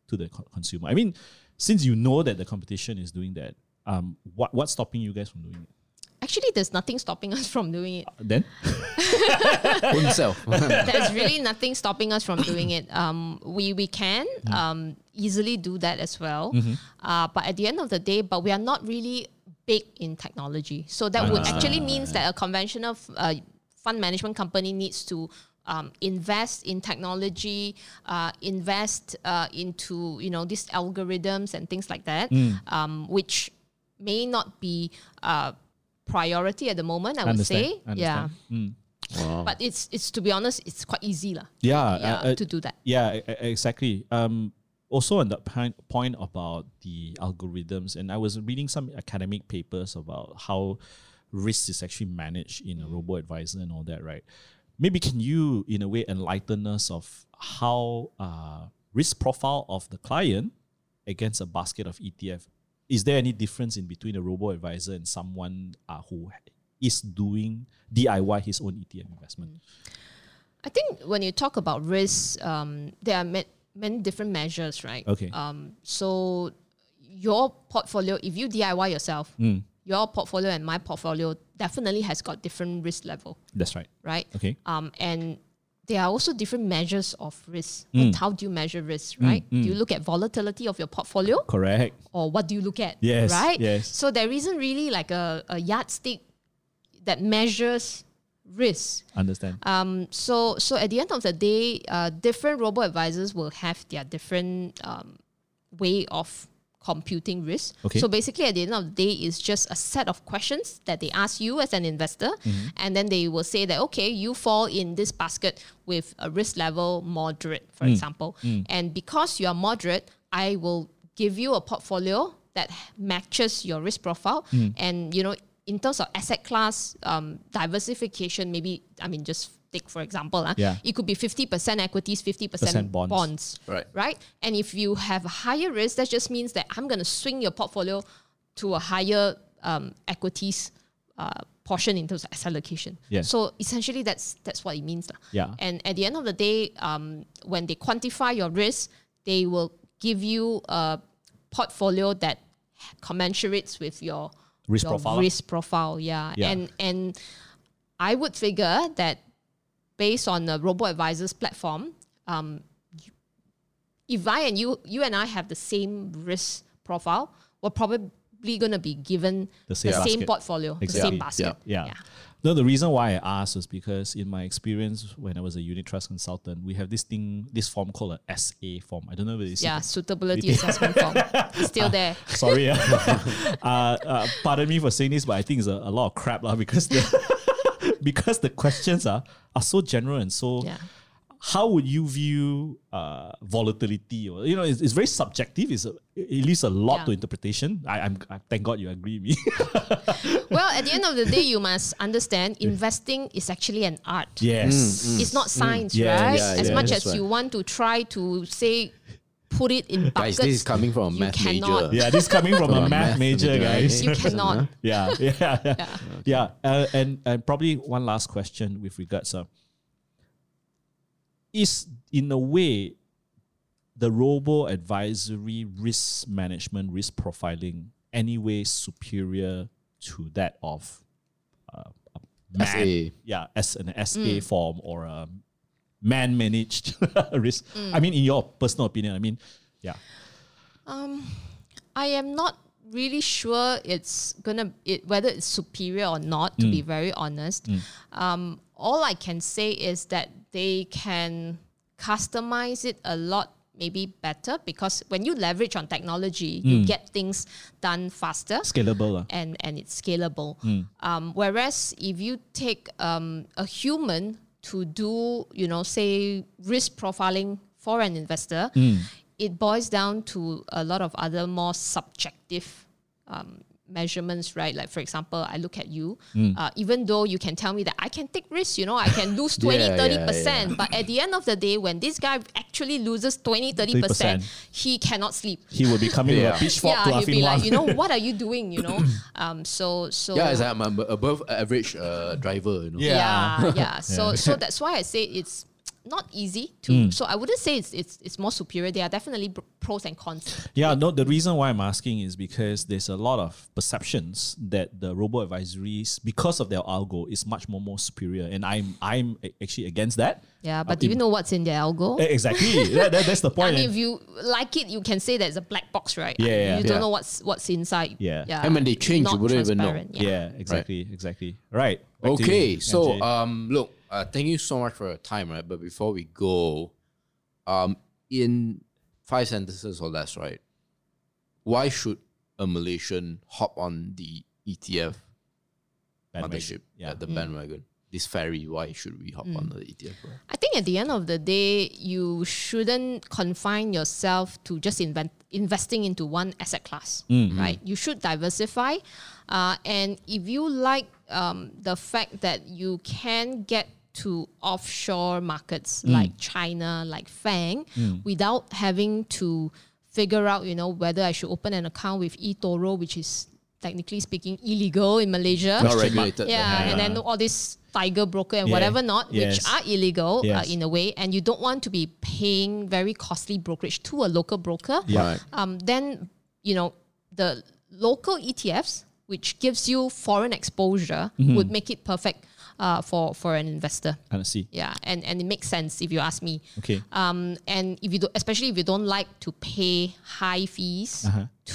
Speaker 2: to the co- consumer? I mean, since you know that the competition is doing that, um, what what's stopping you guys from doing it?
Speaker 3: Actually, there's nothing stopping us from doing it.
Speaker 2: Then
Speaker 1: Himself.
Speaker 3: There's really nothing stopping us from doing it. Um, we we can
Speaker 2: Mm-hmm.
Speaker 3: um, easily do that as well. Uh, but at the end of the day, but we are not really big in technology, so that would
Speaker 2: Ah.
Speaker 3: actually means that a conventional f- uh, fund management company needs to. Um, invest in technology, uh, invest uh, into you know these algorithms and things like that,
Speaker 2: Mm.
Speaker 3: um, which may not be uh, priority at the moment. I would
Speaker 2: understand,
Speaker 3: say, yeah.
Speaker 2: understand.
Speaker 3: But it's it's to be honest, it's quite easy lah.
Speaker 2: yeah,
Speaker 3: Yeah,
Speaker 2: uh, uh,
Speaker 3: to do that.
Speaker 2: Yeah, e- e- exactly. Um, also on that point, point about the algorithms, and I was reading some academic papers about how risk is actually managed in a robo advisor and all that, right? Maybe can you, in a way, enlighten us of how uh, risk profile of the client against a basket of ETF? Is there any difference in between a robo advisor and someone uh, who is doing DIY his own ETF investment?
Speaker 3: I think when you talk about risk, um, there are ma- many different measures, right?
Speaker 2: Okay.
Speaker 3: Um, so your portfolio, if you DIY yourself,
Speaker 2: Hmm.
Speaker 3: your portfolio and my portfolio definitely has got different risk level,
Speaker 2: That's right.
Speaker 3: right?
Speaker 2: Okay.
Speaker 3: Um, and there are also different measures of risk.
Speaker 2: Hmm.
Speaker 3: How do you measure risk, right? Do you look at volatility of your portfolio?
Speaker 2: Correct.
Speaker 3: or what do you look at?
Speaker 2: Yes,
Speaker 3: Right?
Speaker 2: yes.
Speaker 3: So there isn't really like a, a yardstick that measures risk.
Speaker 2: Understand.
Speaker 3: Um, so so at the end of the day, uh, different robo advisors will have their different um, way of computing risk.
Speaker 2: Okay.
Speaker 3: So basically, at the end of the day, it's just a set of questions that they ask you as an investor,
Speaker 2: Mm-hmm.
Speaker 3: and then they will say that okay, you fall in this basket with a risk level moderate, for
Speaker 2: Mm.
Speaker 3: example, and because you are moderate, I will give you a portfolio that matches your risk profile,
Speaker 2: Mm.
Speaker 3: and you know. In terms of asset class um, diversification, maybe I mean just take for example, ah,
Speaker 2: Yeah.
Speaker 3: it could be fifty percent equities, fifty percent
Speaker 2: Percent bonds.
Speaker 3: bonds,
Speaker 1: Right.
Speaker 3: right? And if you have a higher risk, that just means that I'm going to swing your portfolio to a higher um, equities uh, portion in terms of asset allocation.
Speaker 2: Yes.
Speaker 3: So essentially, that's that's what it means. lah.
Speaker 2: Yeah.
Speaker 3: And at the end of the day, um, when they quantify your risk, they will give you a portfolio that commensurates with your
Speaker 2: Risk
Speaker 3: your
Speaker 2: profile lah.
Speaker 3: Risk profile, yeah.
Speaker 2: Yeah.
Speaker 3: And and I would figure that based on the robo advisors platform, um, you- if I and you, you and I have the same risk profile, we're probably going to be given
Speaker 2: The
Speaker 3: the
Speaker 2: same
Speaker 3: same,
Speaker 2: basket.
Speaker 3: portfolio, the
Speaker 2: Exactly.
Speaker 3: same basket.
Speaker 2: Yeah. No, the reason why I asked was because in my experience when I was a unit trust consultant, we have this thing, this form called a SA form. I don't know if it's
Speaker 3: Yeah, suitability assessment form It's still there.
Speaker 2: Sorry, uh, uh, uh, pardon me for saying this, but I think it's a, a lot of crap lah because the because the questions are are so general and so.
Speaker 3: Yeah.
Speaker 2: How would you view uh, volatility? Or you know, it's, it's very subjective. It's a, it leaves a lot
Speaker 3: Yeah.
Speaker 2: to interpretation. I, I'm I, thank God you agree with me.
Speaker 3: Well, at the end of the day, you must understand investing is actually an art.
Speaker 2: yes,
Speaker 3: It's not science,
Speaker 2: Yeah,
Speaker 3: right?
Speaker 1: yeah,
Speaker 3: as
Speaker 1: yeah,
Speaker 3: much
Speaker 1: that's
Speaker 3: as you want to try to say, put it in
Speaker 1: Guys,
Speaker 3: buckets,
Speaker 1: this is coming from a
Speaker 3: you
Speaker 1: math
Speaker 3: cannot.
Speaker 1: major.
Speaker 2: Yeah, this coming from a math major, guys.
Speaker 3: you cannot.
Speaker 2: Yeah, yeah, yeah.
Speaker 3: Yeah.
Speaker 2: yeah. Uh, and and probably one last question with regards uh, is in a way the robo advisory risk management risk profiling anyway superior to that of uh, a man-
Speaker 1: SA.
Speaker 2: yeah as an SA
Speaker 3: Mm.
Speaker 2: form or a man managed risk.
Speaker 3: Mm.
Speaker 2: I mean, in your personal opinion, I mean, yeah,
Speaker 3: I am not really sure it's gonna it, whether it's superior or not. To be very honest, um, all I can say is that they can customize it a lot, maybe better, because when you leverage on technology, you get things done faster
Speaker 2: scalable. uh. lah.
Speaker 1: Hmm.
Speaker 3: and and it's scalable. Um, whereas if you take um, a human to do, you know, say risk profiling for an investor,
Speaker 1: Hmm.
Speaker 3: it boils down to a lot of other more subjective um, measurements, right? Like for example, I look at you,
Speaker 1: Hmm.
Speaker 3: uh, even though you can tell me that I can take risks, you know, I can lose 20,
Speaker 1: Yeah, yeah,
Speaker 3: 30%,
Speaker 1: yeah.
Speaker 3: but at the end of the day, when this guy actually loses 20, 30%,
Speaker 2: 30%.
Speaker 3: he cannot sleep.
Speaker 2: He will be coming
Speaker 1: Yeah.
Speaker 2: with a pitchfork
Speaker 3: yeah,
Speaker 2: to
Speaker 3: you'll be
Speaker 2: Afim
Speaker 3: like,
Speaker 2: Wang.
Speaker 3: you know, what are you doing? You know, um, so so
Speaker 1: Yeah, it's like I'm a- above average uh, driver. You know?
Speaker 2: Yeah.
Speaker 3: yeah, yeah. So so that's why I say it's not easy to. So I wouldn't say it's it's it's more superior. There are definitely pr- pros and cons.
Speaker 2: Yeah, no, the reason why I'm asking is because there's a lot of perceptions that the robo advisories, because of their algo, is much more more superior. And I'm I'm a- actually against that.
Speaker 3: Yeah, but
Speaker 2: Uh,
Speaker 3: do you
Speaker 2: in-
Speaker 3: know what's in the algo? eh?
Speaker 2: Eh, Exactly. That- that- that's the
Speaker 3: I
Speaker 2: point.
Speaker 3: mean,
Speaker 2: And-
Speaker 3: if you like it, you can say that it's a black box, right?
Speaker 2: Yeah, yeah,
Speaker 3: you
Speaker 1: yeah.
Speaker 3: don't know what's what's inside.
Speaker 2: Yeah.
Speaker 1: And when they change, you
Speaker 3: Not
Speaker 1: wouldn't even know.
Speaker 3: transparent,
Speaker 2: yeah. exactly, exactly. Right. back to
Speaker 1: Okay,
Speaker 2: you,
Speaker 1: so
Speaker 2: MJ.
Speaker 1: um, look, uh, thank you so much for your time, right? But before we go, um, in five sentences or less, right? Why should a Malaysian hop on the E ETF
Speaker 2: Bandwagon.
Speaker 1: mothership,
Speaker 2: Yeah. Mm.
Speaker 1: uh, the bandwagon, this ferry? Why should we hop on the E ETF? right?
Speaker 3: I think at the end of the day, you shouldn't confine yourself to just invent, investing into one asset class, right? You should diversify. Uh, and if you like um, the fact that you can get to offshore markets like China, like Fang, without having to figure out, you know, whether I should open an account with eToro, which is technically speaking illegal in Malaysia.
Speaker 1: Not regulated.
Speaker 3: Yeah, and then
Speaker 2: Yeah.
Speaker 3: all this tiger broker and
Speaker 2: Yeah.
Speaker 3: whatever not,
Speaker 2: Yes.
Speaker 3: which are illegal
Speaker 2: Yes.
Speaker 3: uh, in a way, and you don't want to be paying very costly brokerage to a local broker.
Speaker 2: Yeah.
Speaker 1: Right.
Speaker 3: Um, then you know the local ETFs, which gives you foreign exposure,
Speaker 2: Mm-hmm.
Speaker 3: would make it perfect uh, for for an investor.
Speaker 2: I see.
Speaker 3: Yeah, and and it makes sense if you ask me.
Speaker 2: Okay.
Speaker 3: Um, and if you do, especially if you don't like to pay high fees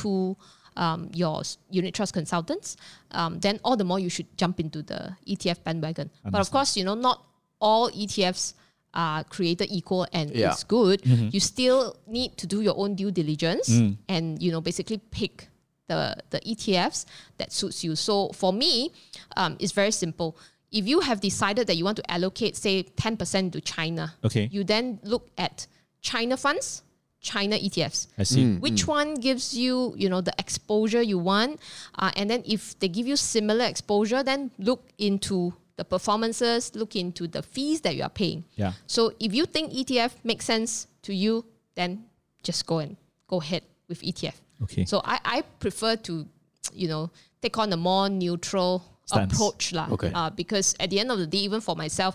Speaker 3: to um, your s- unit trust consultants, um, then all the more you should jump into the ETF bandwagon. But of course, you know not all ETFs are created equal, and
Speaker 1: Yeah.
Speaker 3: it's good. You still need to do your own due diligence, and you know basically pick. The, the ETFs that suits you. So for me, um, it's very simple. If you have decided that you want to allocate, say, 10% to China,
Speaker 2: Okay.
Speaker 3: you then look at China funds, China ETFs.
Speaker 2: I see. Hmm.
Speaker 3: Which one gives you, you know, the exposure you want? Uh, and then if they give you similar exposure, then look into the performances, look into the fees that you are paying.
Speaker 2: Yeah.
Speaker 3: So if you think ETF makes sense to you, then just go and go ahead with E ETF.
Speaker 2: Okay.
Speaker 3: So I, I prefer to, you know, take on a more neutral
Speaker 2: Stance.
Speaker 3: approach lah.
Speaker 1: Okay.
Speaker 3: Uh, because at the end of the day, even for myself,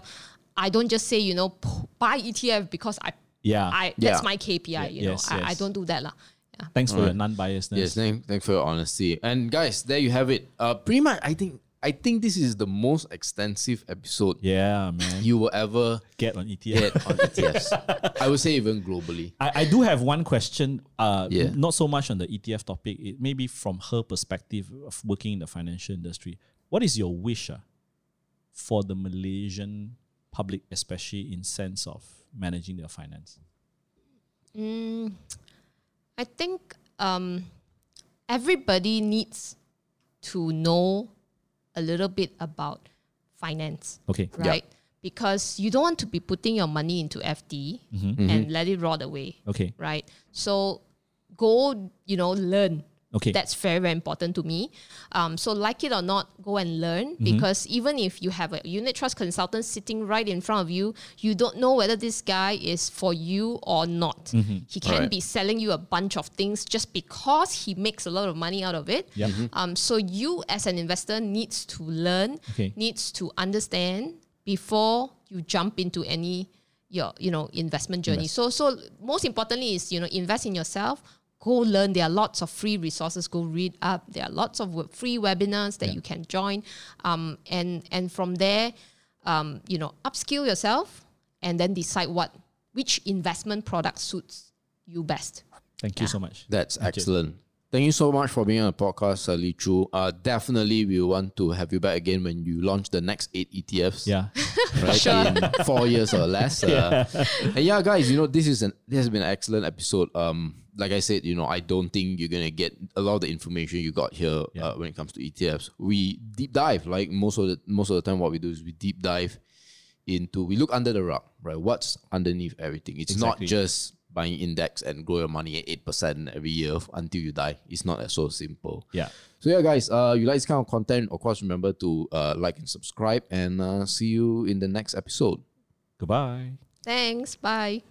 Speaker 3: I don't just say, you know, p- buy ETF because I,
Speaker 2: Uh, Yeah.
Speaker 3: I
Speaker 1: Yeah.
Speaker 3: that's my KPI, you know.
Speaker 2: Yes, yes.
Speaker 3: I, I don't do that lah. Yeah.
Speaker 2: Thanks for your non-biasness.
Speaker 1: Yes, thank, thank for your honesty. And guys, there you have it. Uh, pretty much, I think I think this is the most extensive episode
Speaker 2: Yeah, man.
Speaker 1: you will ever
Speaker 2: Get on E ETF.
Speaker 1: get on ETFs. I would say even globally.
Speaker 2: I, I do have one question. Uh,
Speaker 1: Yeah.
Speaker 2: n- Not so much on the ETF topic. It maybe from her perspective of working in the financial industry. What is your wish ah, for the Malaysian public, especially in sense of managing their finance?
Speaker 3: I think um, everybody needs to know a little bit about finance.
Speaker 2: Okay.
Speaker 3: right? Because you don't want to be putting your money into FD
Speaker 2: Mm-hmm.
Speaker 3: and let it rot away,
Speaker 2: Okay.
Speaker 3: right? So go, you know, learn.
Speaker 2: Okay.
Speaker 3: That's very, very important to me. Um, so, like it or not, go and learn because even if you have a unit trust consultant sitting right in front of you, you don't know whether this guy is for you or not. He
Speaker 1: Alright.
Speaker 3: can be selling you a bunch of things just because he makes a lot of money out of it.
Speaker 2: Yeah.
Speaker 3: Um, so you as an investor needs to learn,
Speaker 2: Okay.
Speaker 3: needs to understand before you jump into any your you know investment journey. So so most importantly is you know invest in yourself. Go learn. There are lots of free resources. Go read up. There are lots of we- free webinars that you can join. Um, and and from there, um, you know, upskill yourself and then decide what which investment product suits you best.
Speaker 2: Thank you so much.
Speaker 1: That's excellent. Thank you so much for being on the podcast, uh, Lee Chu. Uh, definitely, we want to have you back again when you launch the next eight E ETFs.
Speaker 2: Yeah.
Speaker 1: right? In four years or less. Uh, and yeah, guys, you know this is an this has been an excellent episode. Um, like I said, you know I don't think you're gonna get a lot of the information you got here uh, when it comes to ETFs. We deep dive like most of the most of the time. What we do is we deep dive into we look under the rug, right? What's underneath everything? It's
Speaker 2: Exactly.
Speaker 1: not just buying index and grow your money at eight percent every year f- until you die. It's not that so simple.
Speaker 2: Yeah.
Speaker 1: So yeah, guys, uh, you like this kind of content, of course, remember to uh, like and subscribe, and uh, see you in the next episode.
Speaker 2: Goodbye.
Speaker 3: Thanks. Bye.